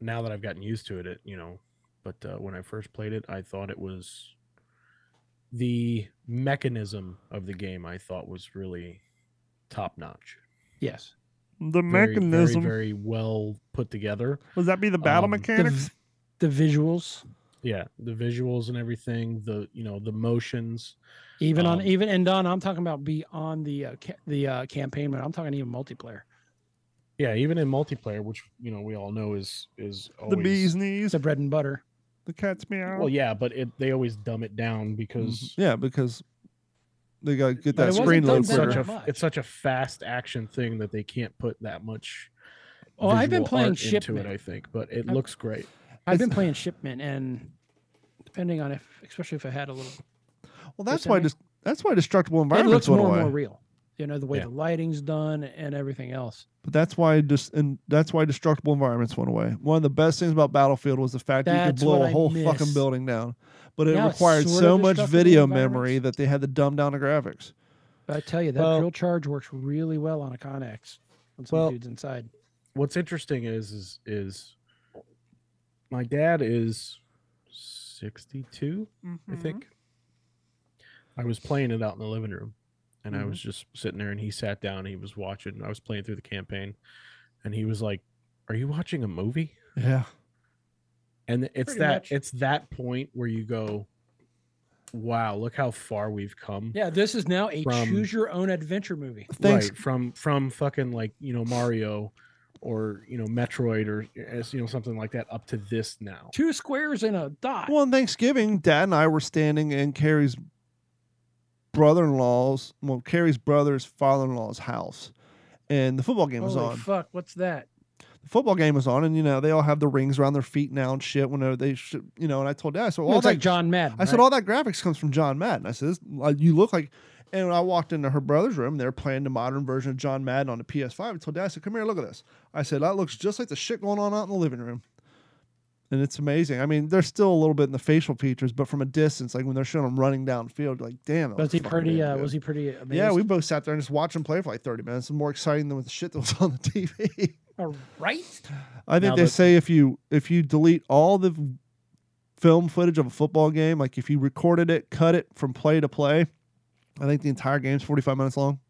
D: now that I've gotten used to it, it you know, but uh, when I first played it, I thought it was the mechanism of the game. I thought was really top notch.
A: Yes.
C: The
D: Very, very, very well put together.
C: Would that be the
D: battle um,
A: The, v- the visuals,
D: Yeah, the visuals and everything. The you know the motions.
A: even on
D: Um,
A: even and Don, I'm talking about beyond the uh, ca- the uh, campaign, but I'm talking even multiplayer.
D: Yeah, even in multiplayer, which you know we all know is is always,
C: The bee's knees.
A: It's the bread and butter.
C: The cat's meow.
D: Well, yeah, but it, they always dumb it down
C: Mhm.
D: because
C: yeah, because they got to get
A: But it
C: that
A: wasn't
C: screen load
A: done
D: it's
A: that
C: quicker.
D: such
A: much.
D: a it's such a fast action thing that they can't put that much.
A: Oh, I've been
D: visual
A: playing
D: art into it.
A: Shipment.
D: I think, but it
A: I've-
D: looks great.
A: I've been
C: It's-
A: playing Shipment, and depending on if, especially if I had a little
C: Well, that's why
A: Percentage.
C: just that's why destructible
A: it
C: environments
A: looks
C: went
A: more
C: away.
A: and more real. You know, the way
D: Yeah.
A: the lighting's done and everything else.
C: But that's why just and that's why destructible environments went away. One of the best things about Battlefield was the fact that you could
A: That's
C: blow
A: what
C: a
A: I
C: whole fucking
A: miss.
C: building down. But it
A: Now it's
C: required
A: sort
C: so
A: of
C: much
A: destructible
C: video
A: environments.
C: memory that they had to dumb down the graphics.
A: But I tell you, that
D: Well-
A: drill charge works really well on a Connex when some
D: Well-
A: dude's inside.
D: What's interesting is is is my dad is sixty
A: Mm-hmm.
D: I think. I was playing it out in the living room and I
A: Mm-hmm.
C: Mhm.
D: was just sitting there and he sat down he was watching I was playing through the campaign and he was like, Are you watching a movie?
C: Yeah.
D: And it's
A: Pretty
D: that
A: much.
D: it's that point where you go, Wow, look how far we've come.
A: Yeah, this is now a
D: From-
A: choose your own adventure movie.
C: Thanks.
D: Right. From from fucking like, you know, Mario or you know, Metroid or as you know, something like that up to this now.
A: Two squares and a dot.
C: Well, on Thanksgiving, Dad and I were standing in Carrie's brother-in-law's, well, Carrie's brother's father-in-law's house, and the football game was
A: Holy
C: on.
A: fuck, what's that?
C: the football game was on, and you know they all have the rings around their feet now and shit. Whenever they, should, you know, and I told Dad, I said,
A: Well,
C: all
A: it's
C: that,
A: like John Madden.
C: I said
A: right?
C: all that graphics comes from John Madden. I said, this, uh, you look like, and when I walked into her brother's room, they're playing the modern version of John Madden on the PS5. I told Dad, I said, come here, look at this. I said, that looks just like the shit going on out in the living room. And it's amazing. I mean, there's still a little bit in the facial features, but from a distance, like when they're showing him running downfield, you're like, damn. that
A: was he
C: fucking
A: pretty?
C: damn
A: Uh,
C: good.
A: was he pretty? Amazed?
C: Yeah, we both sat there and just watched him play for like 30 minutes. It's more exciting than with the shit that was on the TV.
A: All right.
C: I think
D: Now
C: they
D: that-
C: say if you if you delete all the v- film footage of a football game, like if you recorded it, cut it from play to play, I think the entire game's forty five minutes long.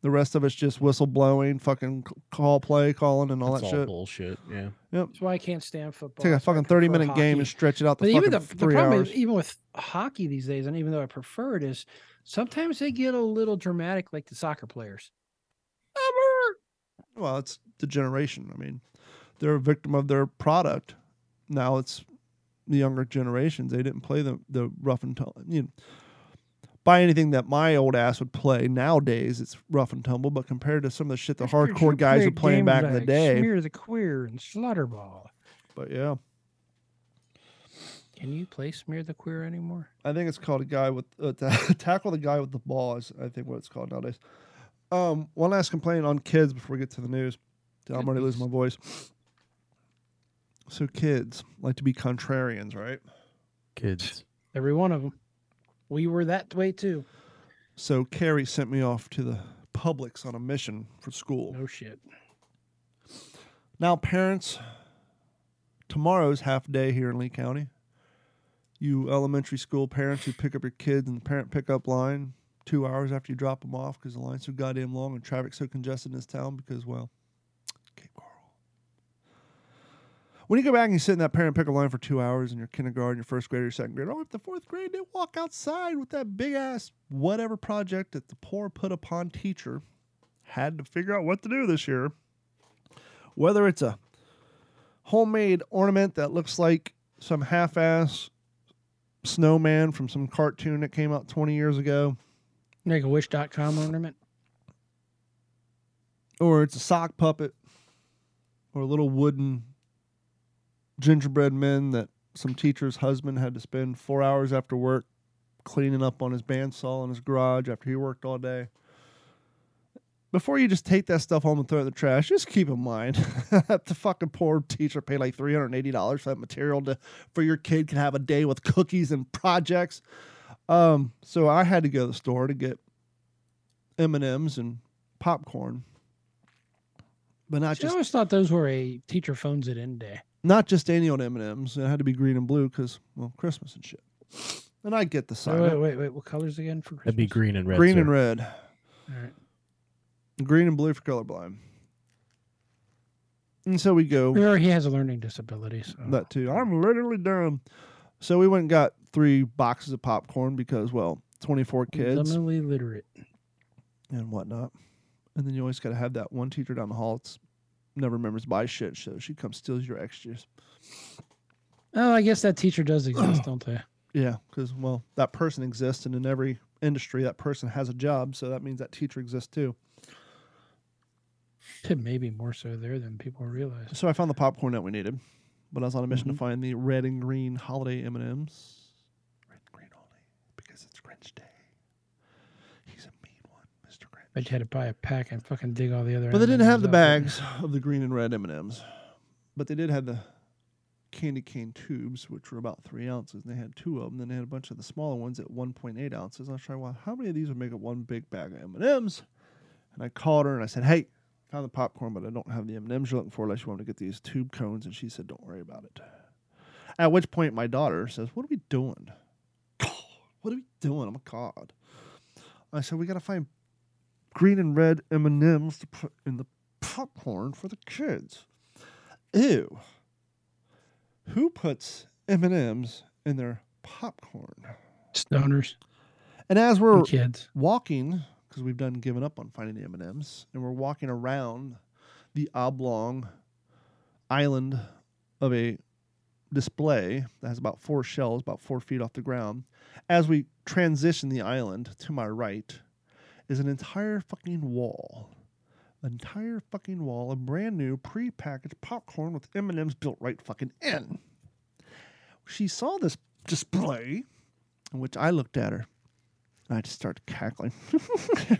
C: The rest of it's just whistle blowing, fucking c- call play calling, and all
D: That's
C: that
D: all
C: shit.
D: bullshit. Yeah.
A: That's why I can't stand football.
C: Take a
A: That's why I
C: fucking thirty
A: prefer
C: minute game
A: hockey.
C: and stretch it out the
A: But even
C: fucking
A: the, the
C: three
A: problem
C: hours.
A: is, even with hockey these days, and even though I prefer it, is sometimes they get a little dramatic, like the soccer players. Ever.
C: Well, it's the generation. I mean, they're a victim of their product. Now it's the younger generations. They didn't play the the rough and tumble. You know, buy anything that my old ass would play nowadays. It's rough and tumble, but compared to some of the shit the hardcore guys were playing back in the day.
A: Smear the queer and slaughterball.
C: But yeah,
A: Can you play smear the queer anymore?
C: I think it's called a guy with uh, ta- tackle the guy with the ball is I think what it's called nowadays. Um, one last complaint on kids before we get to the news. I'm already losing my voice. So kids like to be contrarians, right?
D: Kids.
A: Every one of them. We were that way too.
C: So Carrie sent me off to the Publix on a mission for school.
A: No shit.
C: Now, parents, tomorrow's half day here in Lee County. You elementary school parents who pick up your kids in the parent pickup line two hours after you drop them off because the line's so goddamn long and traffic's so congested in this town because, well, Cape Coral. When you go back and you sit in that parent pickup line for two hours in your kindergarten, your first grade, or your second grade, or up to fourth grade, they walk outside with that big ass whatever project that the poor put upon teacher had to figure out what to do this year whether it's a homemade ornament that looks like some half-ass snowman from some cartoon that came out 20 years ago
A: Make a wish.com ornament.
C: or it's a sock puppet or a little wooden gingerbread men that some teacher's husband had to spend four hours after work cleaning up on his bandsaw in his garage after he worked all day before you just take that stuff home and throw it in the trash, just keep in mind that the fucking poor teacher paid like three hundred and eighty dollars for that material to for your kid can have a day with cookies and projects. Um, so I had to go to the store to get M and M's and popcorn, but not
A: I
C: just
A: always thought those were a teacher phones it in day.
C: not just any old M and M's. It had to be green and blue because well, Christmas and shit. And I get the
A: Wait,
C: sign
A: wait, wait, wait. What colors again for Christmas?
D: That'd be green and red.
C: green
D: sir.
C: and Oh, red.
A: All right.
C: green and blue for colorblind. And so we go
A: Or he has a learning disability. So.
C: that too. I'm literally dumb. So we went and got three boxes of popcorn because, well, 24 kids
A: Subliminally literate.
C: and whatnot. And then you always got to have that one teacher down the hall that's never remembers to buy shit. So she comes steals your extras.
A: Oh, I guess that teacher does exist, don't they?
C: Yeah, because well, that person exists, and in every industry, that person has a job. So that means that teacher exists too.
A: Maybe more so there than people realize.
C: So I found the popcorn that we needed, but I was on a mission to find the red and green holiday M and M's. Red and green only because it's Grinch Day. He's a mean one, Mr. Grinch.
A: But you had to buy a pack and fucking dig all the other.
C: But they didn't have the bags
A: M&Ms
C: of the green and red M and M's, but they did have the candy cane tubes, which were about three ounces. And they had two of them. Then they had a bunch of the smaller ones at 1.8 ounces. I was trying, well, how many of these would make up one big bag of M and M's? And I called her and I said, hey, found the popcorn, but I don't have the M and M's you're looking for. Unless you want me to get these tube cones. And she said, don't worry about it. At which point, my daughter says, what are we doing? What are we doing? I'm a god. I said, we gotta find green and red M and M's to put in the popcorn for the kids. Ew. Who puts M and M's in their popcorn?
A: over there. Stoners.
C: And as
A: and
C: we're
A: Kids.
C: walking, because we've done given up on finding the M and M's, and we're walking around the oblong island of a display that has about four shells, about four feet off the ground. As we transition the island to my right, is an entire fucking wall, entire fucking wall of brand new prepackaged popcorn with M and M's built right fucking in. She saw this display, in which I looked at her. And I just started cackling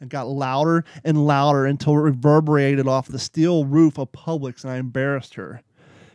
C: and got louder and louder until it reverberated off the steel roof of Publix. And I embarrassed her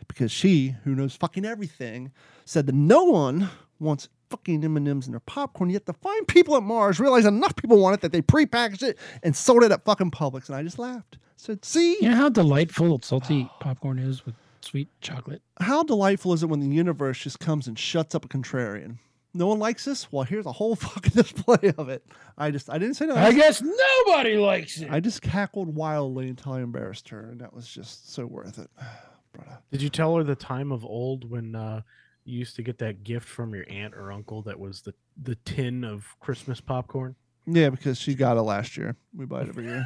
C: because she, who knows fucking everything, said that no one wants fucking M&Ms in their popcorn. Yet the fine people at Mars realized enough people want it that they prepackaged it and sold it at fucking Publix. And I just laughed. Said, see?
A: You know how delightful salty popcorn is with sweet chocolate.
C: how delightful is it when the universe just comes and shuts up a contrarian? No one likes this. Well, here's a whole fucking display of it. I just, I didn't say nothing. I, just,
A: guess nobody likes it.
C: I just cackled wildly until I embarrassed her, and that was just so worth it. Brother.
D: Did you tell her the time of old when uh, you used to get that gift from your aunt or uncle that was the the tin of Christmas popcorn?
C: Yeah, because she got it last year. We buy it every year.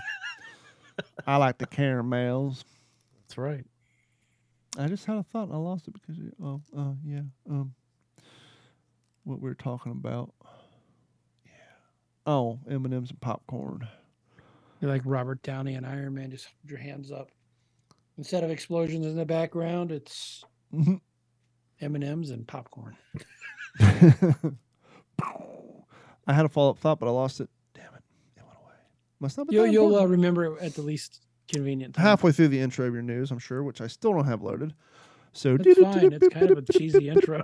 C: I like the caramels.
D: That's right.
C: I just had a thought and I lost it because you- oh uh, yeah um what we were talking about. Yeah. Oh, M and M's and popcorn.
A: You're like Robert Downey and Iron Man, just hold your hands up. Instead of explosions in the background, it's
C: Mhm.
A: M and M's and popcorn.
C: I had a follow up thought, but I lost it. Damn it! It went away. Must not be
A: You'll
C: that
A: you'll
C: important.
A: uh, remember it at the least convenient time.
C: halfway through the intro of your news, I'm sure, which I still don't have loaded. So
A: That's fine. It's kind of a cheesy intro.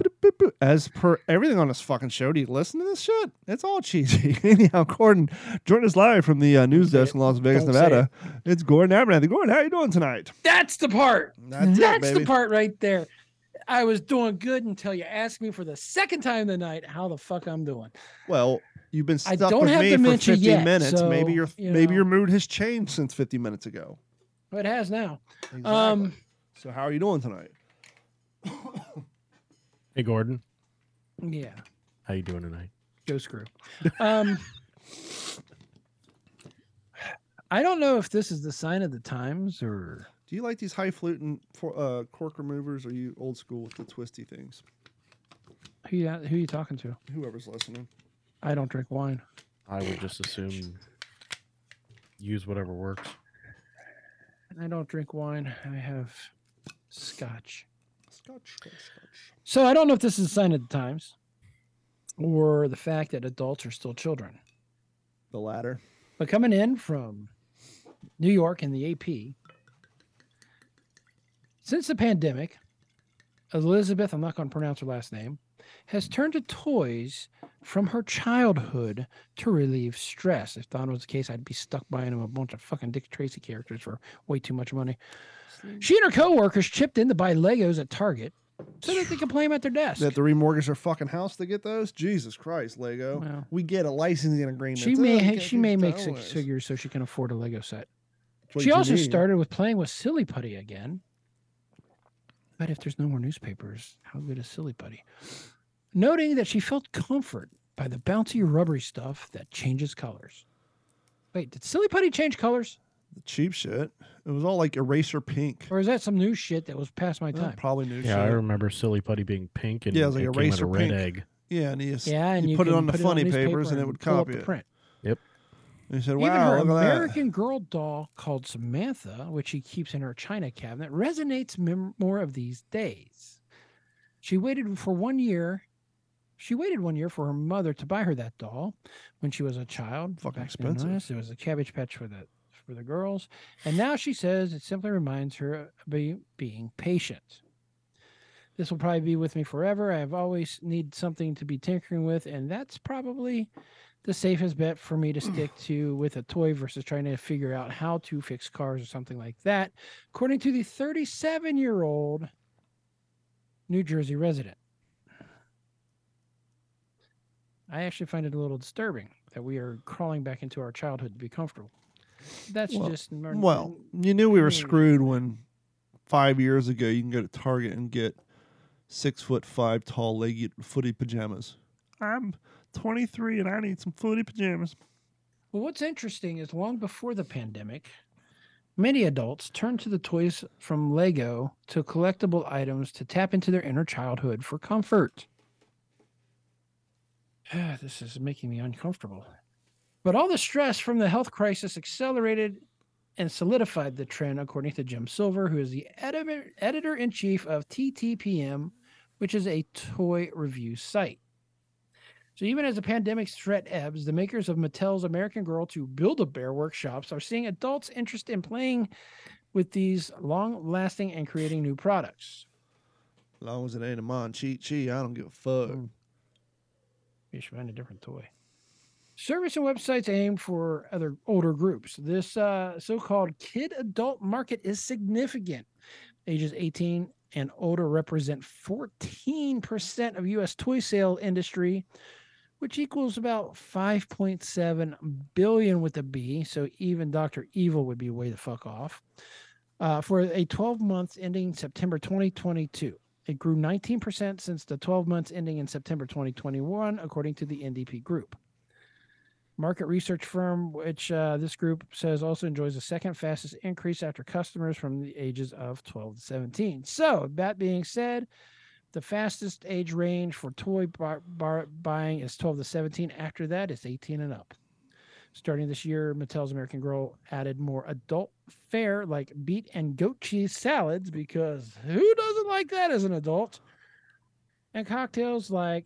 C: As per everything on this fucking show, do you listen to this shit? It's all cheesy. Anyhow, Gordon, join us live from the uh, news
A: say
C: desk
A: it.
C: in Las Vegas,
A: Don't say
C: Nevada. It's Gordon Abernathy. Gordon, how you doing tonight?
A: That's the part.
C: That's it,
A: the
C: baby.
A: part right there. I was doing good until you asked me for the second time tonight how the fuck I'm doing.
C: Well, you've been
A: I
C: stuck
A: don't
C: with
A: have
C: me for
A: dementia
C: 50
A: yet,
C: minutes.
A: so,
C: maybe your
A: you
C: maybe
A: know.
C: your mood has changed since 50 minutes ago.
A: It has now.
C: Exactly.
A: Um,
C: so how are you doing tonight?
D: Hey Gordon,
A: yeah,
D: how you doing tonight?
A: go screw. Um, I don't know if this is the sign of the times or
C: Do you like these high fluting for, uh, cork removers? Or are you old school with the twisty things?
A: who you, who you talking to.
C: Whoever's listening.
A: I don't drink wine.
D: I would just assume use whatever works.
A: I don't drink wine. I have scotch.
C: Scotch, scotch, scotch.
A: So I don't know if this is a sign of the times or the fact that adults are still children.
C: The latter.
A: But coming in from New York and the AP, since the pandemic, Elizabeth, I'm not going to pronounce her last name, has turned to toys from her childhood to relieve stress. If Don was the case, I'd be stuck buying him a bunch of fucking Dick Tracy characters for way too much money. She and her coworkers chipped in to buy Legos at Target so that they could play them at their desk.
C: That to remortgage her fucking house to get those? Jesus Christ, Lego.
A: Well.
C: we get a licensing agreement.
A: She
C: Ugh,
A: may
C: you
A: ha-
C: can't
A: she
C: do
A: may make
C: Star
A: six
C: Wars.
A: figures so she can afford a Lego set.
C: That's what
A: she
C: you
A: also
C: need.
A: started with playing with Silly Putty again. But if there's no more newspapers, how good is Silly Putty? Noting that she felt comfort by the bouncy rubbery stuff that changes colors. Wait, did Silly Putty change colors?
C: the cheap shit. It was all like eraser pink.
A: Or is that some new shit that was past my
C: Uh,
A: time?
C: probably new
D: Yeah, I
C: shit.
D: remember Silly Putty being pink and
C: Yeah, it was like
D: came
C: a
D: in
C: racer
D: red
C: pink.
D: egg.
C: yeah, and he just,
A: Yeah, and
C: you,
A: you,
C: put it
A: can
C: on the funny
A: newspaper
C: papers and it would
A: pull up
C: copy
A: the
C: it.
A: print.
C: And he said,
A: Even her
C: "Wow, look at that."
A: American Girl doll called Samantha, which she keeps in her china cabinet, resonates mem- more of these days. She waited for one year. She waited one year for her mother to buy her that doll when she was a child.
C: Fucking
A: Back then,
C: expensive.
A: honest, It was a cabbage patch for the for the girls, and now she says it simply reminds her of be, being patient. This will probably be with me forever. I have always need something to be tinkering with, and that's probably the safest bet for me to stick to with a toy versus trying to figure out how to fix cars or something like that, according to the 37 year old New Jersey resident. I actually find it a little disturbing that we are crawling back into our childhood to be comfortable. That's
C: Well-
A: just
C: Well, you knew we were
A: Mm.
C: screwed when five years ago you can go to Target and get six foot five tall leggy footy pajamas. I'm 23 and I need some footy pajamas.
A: Well, what's interesting is long before the pandemic, many adults turned to the toys from Lego to collectible items to tap into their inner childhood for comfort. this is making me uncomfortable. But all the stress from the health crisis accelerated and solidified the trend, according to Jim Silver, who is the editor, editor in chief of TTPM, which is a toy review site. So even as the pandemic's threat ebbs, the makers of Mattel's American Girl to Build a Bear workshops are seeing adults interested in playing with these long lasting and creating new products.
C: As long as it ain't a mon cheat cheat, I don't give a fuck.
A: Mm. You should find a different toy. Service and websites aim for other older groups. This uh, so-called kid adult market is significant. Ages 18 and older represent 14% of U.S. toy sale industry, which equals about 5.7 billion with a B. So even Dr. Evil would be way the fuck off. Uh, for a 12 months ending September 2022. It grew 19% since the 12 months ending in September 2021, according to the NDP group.
H: market research firm, which uh, this group says also enjoys the second fastest increase after customers from the ages of 12 to 17. So, that being said, the fastest age range for toy bar, bar buying is 12 to 17. After that, it's 18 and up. Starting this year, Mattel's American Girl added more adult fare like beet and goat cheese salads because who doesn't like that as an adult? And cocktails like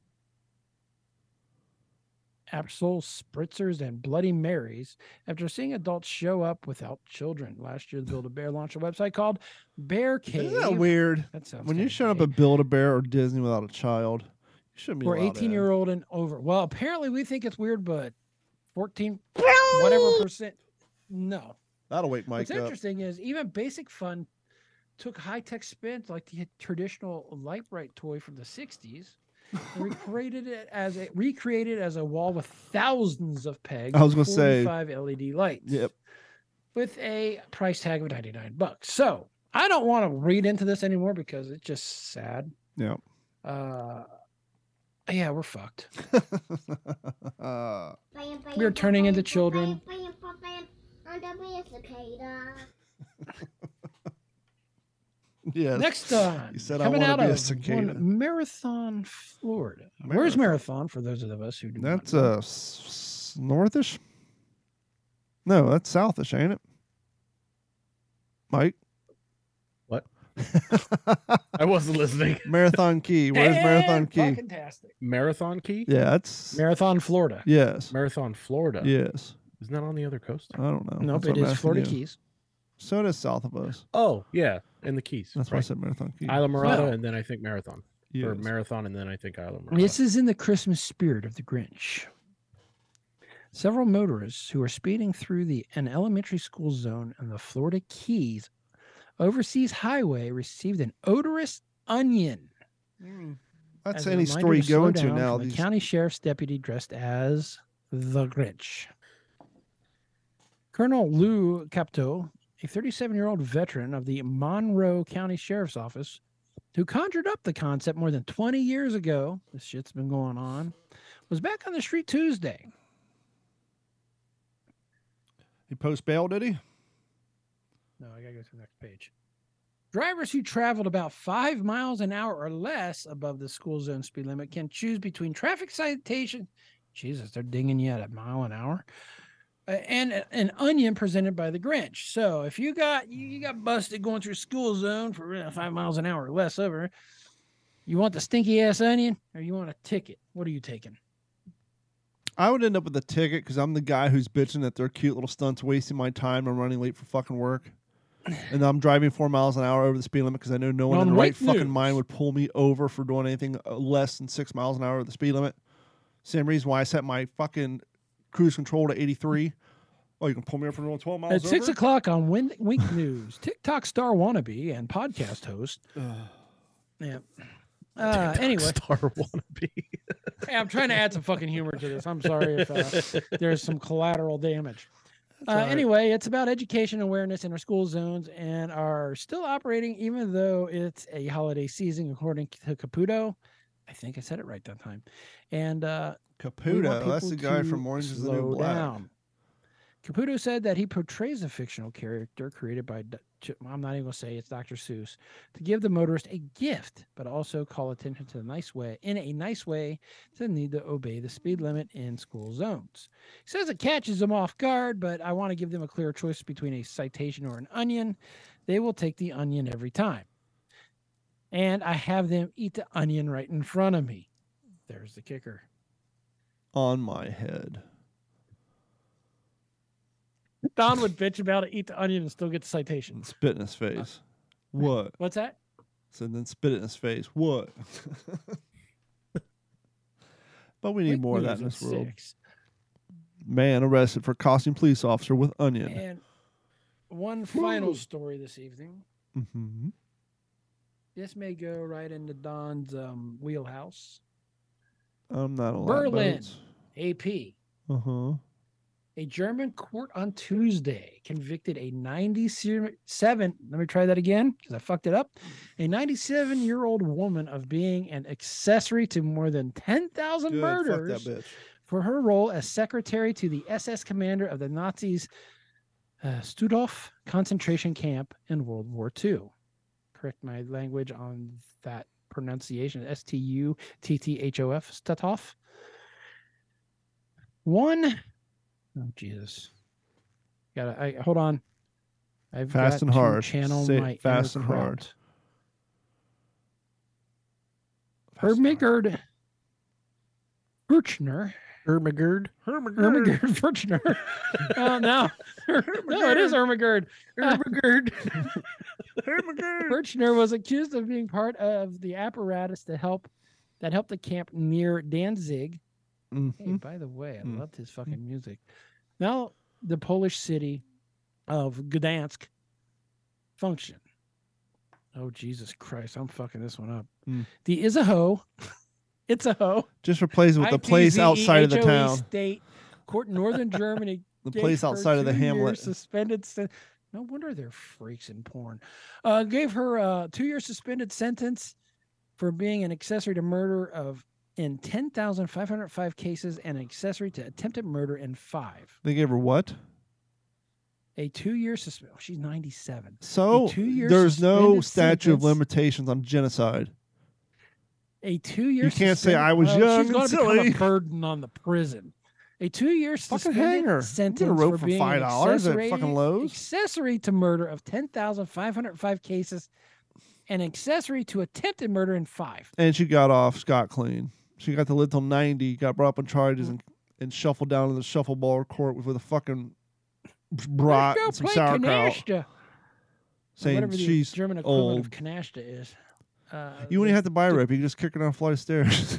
H: Absol spritzers and Bloody Marys after seeing adults show up without children. Last year, the Build a Bear launched a website called Bear Cave.
C: Isn't that weird?
H: That sounds
C: When you
H: kinda
C: showed up
H: gay.
C: at Build a Bear or Disney without a child, you shouldn't be.
H: Or
C: allowed
H: 18
C: in.
H: year old and over. Well, apparently we think it's weird, but 14, whatever percent. No.
C: That'll wake Mike
H: What's
C: up.
H: interesting is even Basic Fun took high tech spins like the traditional Light Bright toy from the 60s and recreated it as a recreated as a wall with thousands of pegs.
C: I was
H: and
C: gonna say-
H: 45 LED lights.
C: Yep.
H: With a price tag of 99 bucks. So I don't want to read into this anymore because it's just sad.
C: Yep.
H: Uh, yeah, we're fucked.
C: Uh,
I: We are turning into children.
C: yes.
H: Next time,
C: You said I
H: coming
C: wanna
H: out
C: be a
H: of
C: cicada.
H: one Marathon, Florida. Where's
C: Marathon.
H: Marathon for those of us who do not
C: That's
H: know?
C: uh s- s- northish. No, that's southish, ain't it? Mike.
D: What? I wasn't listening.
C: Marathon Key. Where's Marathon
H: And
C: Key?
H: fucking-tastic.
D: Marathon Key?
C: Yeah, that's
H: Marathon, Florida.
C: yes,
D: Marathon, Florida.
C: yes.
D: Isn't that on the other coast?
C: I don't know.
H: Nope,
C: That's what
H: it
C: I'm
H: is
C: asking
H: Florida
C: you.
H: Keys.
C: So does south of us.
D: Oh, yeah. And the Keys.
C: That's why I
D: right?
C: said Marathon Key.
D: Isla Mirada
H: No.
D: and then I think Marathon. Or
C: Yes.
D: Marathon and then I think Isla Mirada.
H: This is in the Christmas spirit of the Grinch. Several motorists who are speeding through the an elementary school zone in the Florida Keys overseas highway received an odorous onion. as
C: That's
H: a
C: any
H: reminder
C: store you
H: slow
C: go into
H: down
C: now.
H: from
C: These,
H: A county sheriff's deputy dressed as the Grinch. Colonel Lou Capto, a 37 year old veteran of the Monroe County Sheriff's Office, who conjured up the concept more than 20 years ago, this shit's been going on, was back on the street Tuesday.
C: he post bail, did he?
H: No, I gotta go to the next page. Drivers who traveled about five miles an hour or less above the school zone speed limit can choose between traffic citation. Jesus, they're dinging you at a mile an hour, uh, and a- an onion presented by the Grinch. So if you got you, you got busted going through school zone for uh, five miles an hour or less over, you want the stinky ass onion or you want a ticket? What are you taking?
C: I would end up with a ticket because I'm the guy who's bitching that their cute little stunts wasting my time. I'm running late for fucking work, and I'm driving four miles an hour over the speed limit because I know no one
H: On
C: in the right
H: Wake
C: fucking
H: News.
C: mind would pull me over for doing anything uh, less than six miles an hour over the speed limit. Same reason why I set my fucking cruise control to 83. Oh, you can pull me over for doing 12 miles
H: At six
C: over?
H: o'clock on Win- Wink News, TikTok star wannabe and podcast host. yeah. Uh, anyway,
D: Star wannabe.
H: hey, I'm trying to add some fucking humor to this. I'm sorry if uh, there's some collateral damage. Uh,
C: all right.
H: Anyway, it's about education awareness in our school zones and are still operating, even though it's a holiday season, according to Caputo. I think I said it right that time. And uh, we want
C: Caputo, that's
H: people
C: the guy
H: to
C: from Orange is the New
H: slow
C: Black.
H: down. Caputo said that he portrays a fictional character created by, D- Ch- I'm not even going to say it's Dr. Seuss, to give the motorist a gift, but also call attention to the nice way, in a nice way, to the need to obey the speed limit in school zones. He says it catches them off guard, but I want to give them a clear choice between a citation or an onion. They will take the onion every time. And I have them eat the onion right in front of me. There's the kicker.
C: On my head.
H: Don would bitch about it, eat the onion, and still get the citation.
C: And spit in his face.
H: Uh,
C: What?
H: What's that?
C: So then spit it in his face. What? but we need
H: Wake
C: more of that in
H: News
C: this
H: at
C: world.
H: six.
C: Man arrested for accosting police officer with onion.
H: And one final story this evening.
C: hmm
H: This may go right into Don's um, wheelhouse.
C: I'm not allowed.
H: Berlin. AP.
C: Uh huh.
H: A German court on Tuesday convicted a 97. Let me try that again because I fucked it up. A 97 year old woman of being an accessory to more than 10,000 murders
C: Fuck that bitch.
H: for her role as secretary to the SS commander of the Nazis' uh, Stutthof concentration camp in World War II. Correct my language on that pronunciation S T U T T H O F, Stutthof. One, oh, Jesus. Gotta, I, hold on. I've
C: Fast
H: got
C: and
H: to
C: hard.
H: Channel
C: Say it
H: my
C: fast
H: inner
C: and hard.
H: Kraut. Ermigerd Virchner. Ermigerd. Ermigerd Virchner. Oh, no. no, it is Ermigerd. Ermigerd.
D: Oh
H: Virchner was accused of being part of the apparatus to help that helped the camp near Danzig. Hey,
C: Mhm.
H: by the way, I
C: Mm.
H: loved his fucking music. Now the Polish city of Gdansk function. Oh Jesus Christ, I'm fucking this one up.
C: Mm.
H: The is a hoe. it's a hoe.
C: Just replace it with the place outside of the
H: ITZEHOE
C: town.
H: E State court northern Germany
C: The
H: gave
C: place
H: her
C: outside of the
H: two years
C: hamlet.
H: Suspended. sen- no wonder they're freaks in porn. Uh, gave her a two-year suspended sentence for being an accessory to murder of in 10,505 cases and an accessory to attempted murder in five.
C: They gave her what?
H: A two-year suspension. she's 97.
C: So
H: two-year
C: there's no
H: suspended
C: statute of
H: sentence.
C: limitations on genocide.
H: A two-year. oh,
C: You can't say, "I was young
H: She's
C: and
H: going to become
C: silly."
H: a burden on the prison. A two-year
C: Fucking
H: suspended
C: hang her.
H: sentence
C: Get a rope
H: for
C: for
H: being an
C: $5 at
H: accessory-
C: fucking Lowe's.
H: Accessory to murder of 10,505 cases, and accessory to attempted murder in five.
C: And she got off scot clean. She got to live till 90, got brought up on charges and, and shuffled down to the shuffleball court with, with a fucking brat
H: Let's
C: and
H: go
C: some
H: play
C: sauerkraut
H: Kanashta.
C: saying
H: Whatever the
C: she's
H: German equivalent
C: old.
H: of Kanashta is. Uh,
C: You wouldn't even have to buy a rope. You could just kick her down a flight of stairs.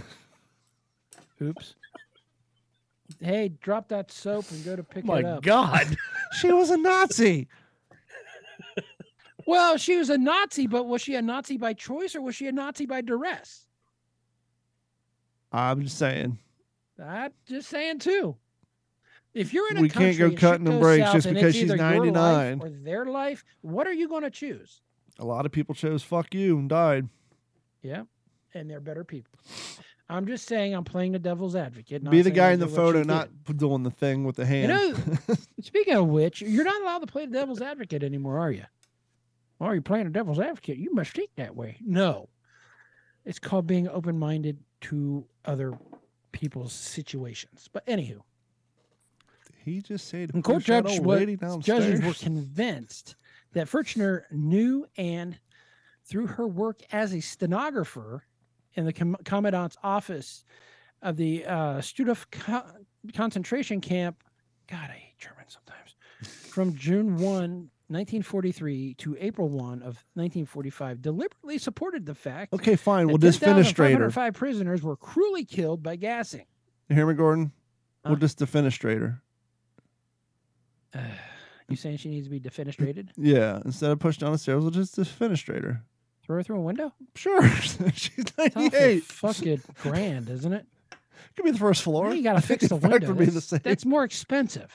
H: Oops. Hey, drop that soap and go to pick
D: My
H: it up.
D: God.
C: she was a Nazi.
H: Well, she was a Nazi, but was she a Nazi by choice or was she a Nazi by duress?
C: I'm just saying.
H: I'm just saying too. If you're in a
C: We
H: country
C: can't go
H: and shit
C: cutting them
H: goes
C: breaks
H: south
C: just
H: and
C: because
H: it's
C: she's
H: either your life
C: 99.
H: or their life, what are you going to choose?
C: A lot of people chose fuck you and died.
H: Yeah, and they're better people. I'm just saying, I'm playing the devil's advocate. not
C: Be the
H: saying
C: guy
H: I
C: in the
H: did what you
C: photo,
H: did.
C: not doing the thing with the hand.
H: Speaking of which, you're not allowed to play the devil's advocate anymore, are you? Or are you playing the devil's advocate? You must think that way. No, it's called being open-minded to other people's situations. But anywho,
C: he just said,
H: And court
C: "Push that
H: judge
C: old
H: wa-
C: lady
H: judges were
C: downstairs."
H: convinced that Furchner knew and through her work as a stenographer in the com- commandant's office of the uh, Stutthof co- concentration camp. God, I hate German sometimes. From June 1, 1943 to April 1 of 1945, deliberately supported the fact
C: Okay, fine. We'll
H: that
C: just defenestrate her.
H: 10,505 prisoners were cruelly killed by gassing.
C: You hear me, Gordon? We'll
H: Huh?
C: just defenestrate her.
H: you saying she needs to be defenestrated?
C: Yeah. Instead of push down the stairs, we'll just defenestrate her.
H: Throw her through a window?
C: Sure. She's
H: Sounds
C: 98.
H: fucking grand, isn't it?
C: Could be the first floor.
H: You got to fix the
C: effect
H: window.
C: would be the
H: That's,
C: same.
H: that's more expensive.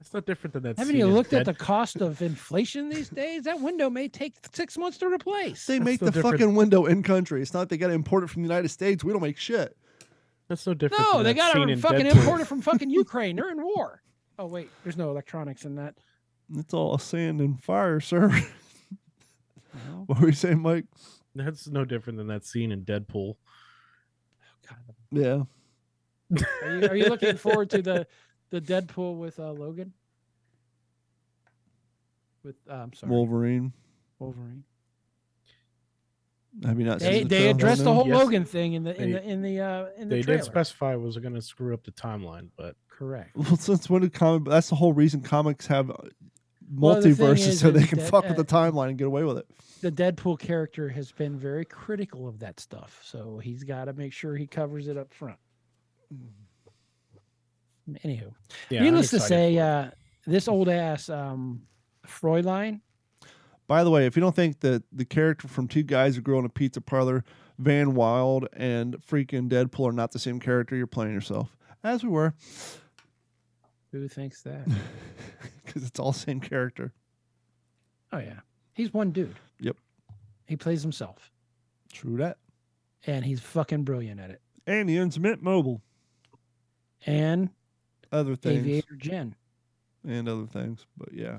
D: It's not different than that.
H: Haven't
D: scene
H: you
D: in
H: looked at
D: Ted-
H: the cost of inflation these days? That window may take six months to replace.
C: They
D: That's
C: make
D: no
C: the
D: different.
C: fucking window in country. It's not they got to import it from the United States. We don't make shit.
D: That's no different.
H: No,
D: than
H: they
D: that
H: got
D: scene
H: to
D: in
H: fucking
D: Deadpool.
H: import it from fucking Ukraine. They're in war. Oh wait, there's no electronics in that.
C: It's all sand and fire, sir. what were you saying, Mike?
D: That's no different than that scene in Deadpool.
C: Yeah.
H: Are you, are you looking forward to the the Deadpool with uh, Logan? With uh, I'm sorry,
C: Wolverine.
H: Wolverine.
C: Have you not
H: They
C: seen the
H: they
C: trailer?
H: addressed the whole
D: Yes.
H: Logan thing in the in
D: They-
H: the in the uh, in the
D: They
H: trailer.
D: did specify it was going to screw up the timeline, but
H: Correct.
C: Well, since when did comic? That's the whole reason comics have uh,
H: Well, the thing
C: multiverses,
H: is-
C: so they
H: is
C: can
H: that,
C: fuck with
H: uh,
C: the timeline and get away with it.
H: the Deadpool character has been very critical of that stuff, so he's got to make sure he covers it up front. Anywho,
D: yeah, I'm
H: needless to
D: excited
H: say,
D: for it.
H: uh, this old ass um, Fräulein,
C: By the way, if you don't think that the character from Two Guys Who Grow in a Pizza Parlor, Van Wild, and freaking Deadpool are not the same character, you're playing yourself. As we were,
H: who thinks that?
C: because it's all same character.
H: oh yeah, he's one dude.
C: Yep.
H: He plays himself,
C: True that.
H: and he's fucking brilliant at it.
C: And the Intimate Mobile.
H: and
C: Other things
H: Aviator Jen.
C: and other things, but yeah.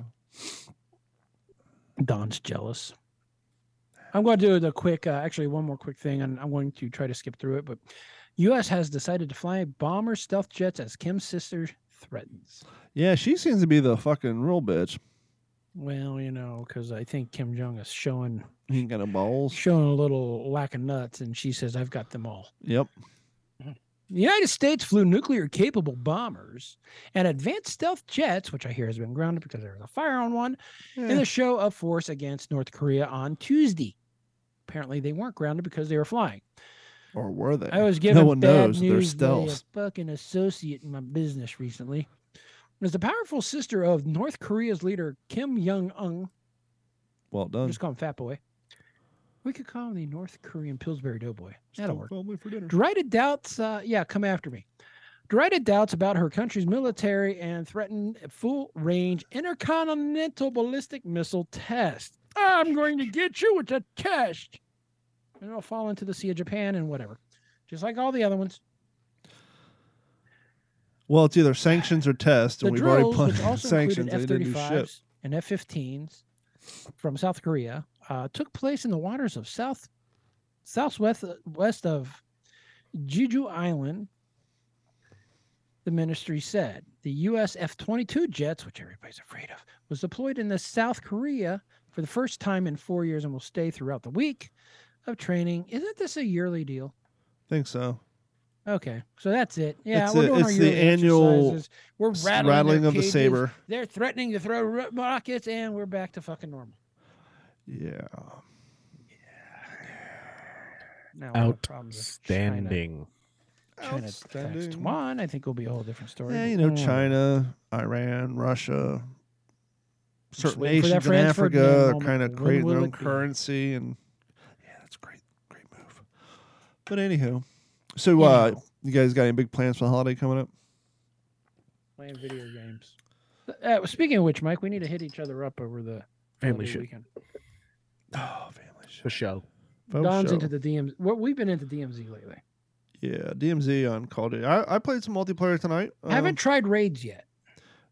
H: Don's jealous. I'm going to do the quick, uh, actually, one more quick thing, and I'm going to try to skip through it. But U.S. has decided to fly bomber stealth jets as Kim's sister threatens.
C: Yeah, she seems to be the fucking real bitch.
H: Well, you know, because I think Kim Jong is showing
C: He ain't got no balls.
H: showing a little lack of nuts, and she says, "I've got them all."
C: Yep.
H: The United States flew nuclear capable bombers and advanced stealth jets, which I hear has been grounded because there was a fire on one, in
C: Eh,
H: the show of force against North Korea on Tuesday. Apparently, they weren't grounded because they were flying.
C: or were they?
H: I was given
C: no one
H: bad
C: knows. They're
H: news by a
C: stealth.
H: fucking associate in my business recently. As the powerful sister of North Korea's leader Kim Jong Un,
C: Well done.
H: just call him Fat Boy. We could call him the North Korean Pillsbury Doughboy. That'll
C: Still
H: work.
C: family for dinner.
H: Derided doubts, uh, yeah, come after me. Derided doubts about her country's military and threatened full range intercontinental ballistic missile test. I'm going to get you with a test. And it'll fall into the Sea of Japan and whatever. Just like all the other ones.
C: Well, it's either sanctions or tests,
H: The
C: and we've
H: drills,
C: already
H: which
C: put
H: also
C: sanctions.
H: included
C: They
H: F
C: didn't do
H: 35s
C: shit.
H: and F 15s from South Korea, uh, took place in the waters of South southwest uh, west of Jeju Island. The ministry said the U.S. F 22 jets, which everybody's afraid of, was deployed in the South Korea for the first time in four years and will stay throughout the week of training. Isn't this a yearly deal?
C: Think so.
H: Okay, so that's it. Yeah,
C: That's
H: we're
C: it.
H: doing our
C: It's the
H: yearly
C: annual
H: exercises. We're
C: S-
H: rattling, their
C: Rattling of the
H: cages.
C: saber.
H: They're threatening to throw ro- rockets, and we're back to fucking normal.
C: Yeah.
H: Now we'll have problems with China.
D: Outstanding.
H: China attacks
C: Outstanding.
H: Taiwan, I think, will be a whole different story.
C: Yeah,
H: but
C: you know,
H: mm.
C: China, Iran, Russia,
H: Just
C: certain
H: waiting for that
C: nations in
H: France for a damn
C: Africa
H: moment.
C: kind of
H: When
C: creating their
H: will
C: own
H: it be?
C: currency, and yeah, that's a great, great move. But anywho, so uh,
H: Anyhow.
C: you guys got any big plans for the holiday coming up?
H: playing video games. Uh, speaking of which, Mike, we need to hit each other up over the holiday
D: Family shit.
H: weekend.
C: Oh, family shit.
D: For show.
C: Faux
H: Don's
C: show.
H: into the DMs. Well, we've been into DMZ lately.
C: yeah, DMZ on Call of Duty. I, I played some multiplayer tonight. Um,
H: Haven't tried raids yet.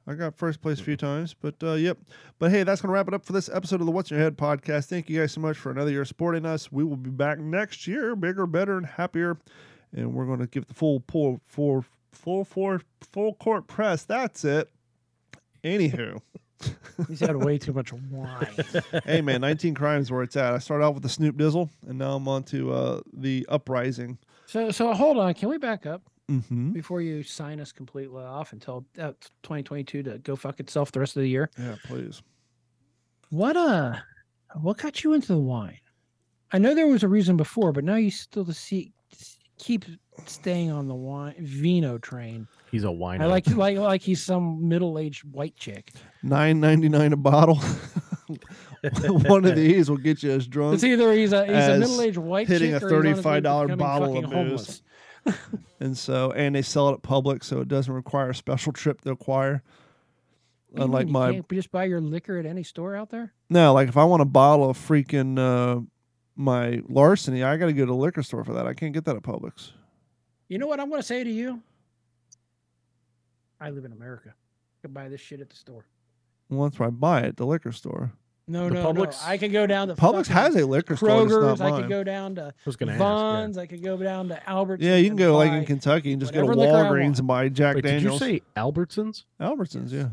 C: I got first place a few times, but uh, yep. But hey, that's going to wrap it up for this episode of the What's in Your Head podcast. Thank you guys so much for another year supporting us. We will be back next year, bigger, better, and happier. And we're going to give the full pour, for full for full court press. That's it. Anywho,
H: He's had way too much wine.
C: hey man, 19 crimes where it's at. I started off with the Snoop Dizzle, and now I'm on to uh, the Uprising.
H: So, so hold on. Can we back up?
C: Mm-hmm.
H: before you sign us completely off and tell uh, 2022 to go fuck itself the rest of the year.
C: Yeah, please.
H: What uh, what got you into the wine? I know there was a reason before, but now you still to see keep staying on the wine vino train.
D: He's a wine.
H: I like like like he's some middle aged white chick.
C: Nine ninety nine a bottle. One of these will get you as drunk.
H: It's either he's a he's a
C: Um, As
H: middle aged white
C: hitting
H: chick
C: a
H: or he's on his way to
C: $35
H: becoming
C: bottle of
H: fucking
C: booze.
H: homeless.
C: and so and they sell it at public, so it doesn't require a special trip to acquire.
H: What do you
C: Unlike
H: mean?
C: uh, my
H: you can't just buy your liquor at any store out there.
C: no, like if I want a bottle of freaking uh, my larceny, I got to go to a liquor store for that. I can't get that at Publix.
H: You know what I'm going to say to you? I live in America. I can buy this shit at the store.
C: Well, that's where I buy it, at the liquor store.
H: No,
D: The
H: no,
D: Publix-
H: no. I could go down to
C: Publix
H: fucking
C: has a liquor store.
H: Kroger's.
C: It's not
H: I could
C: mine.
H: go down to
D: was going to ask. yeah.
H: Vons. I could go down to Albert's.
C: Yeah, you can
H: and
C: go like in
H: buy-
C: Kentucky and just go to
H: whatever liquor I
C: Walgreens
H: want.
C: and buy Jack
D: Wait, did you
C: Daniels.
D: say Albertsons?
C: Albertsons? Yeah.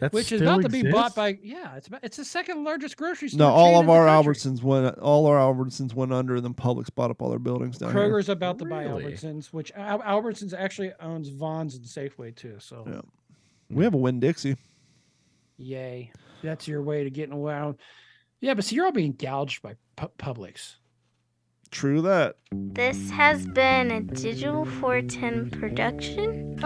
D: That's
H: which is about to be bought by. Yeah, it's about, it's the second largest grocery store.
C: No, all
H: chain
C: of
H: in the
C: our
H: country.
C: Albertsons went. All our Albertsons went under, and then Publix bought up all their buildings down here.
H: Kroger's about to buy
D: Really?
H: Albertsons, which Al- Albertsons actually owns Vons and Safeway too. So
C: Yeah. We have a Win Dixie.
H: yay, that's your way to getting around. Yeah, but see, you're all being gouged by Pu- Publix.
C: True that.
I: This has been a Digital 410 production.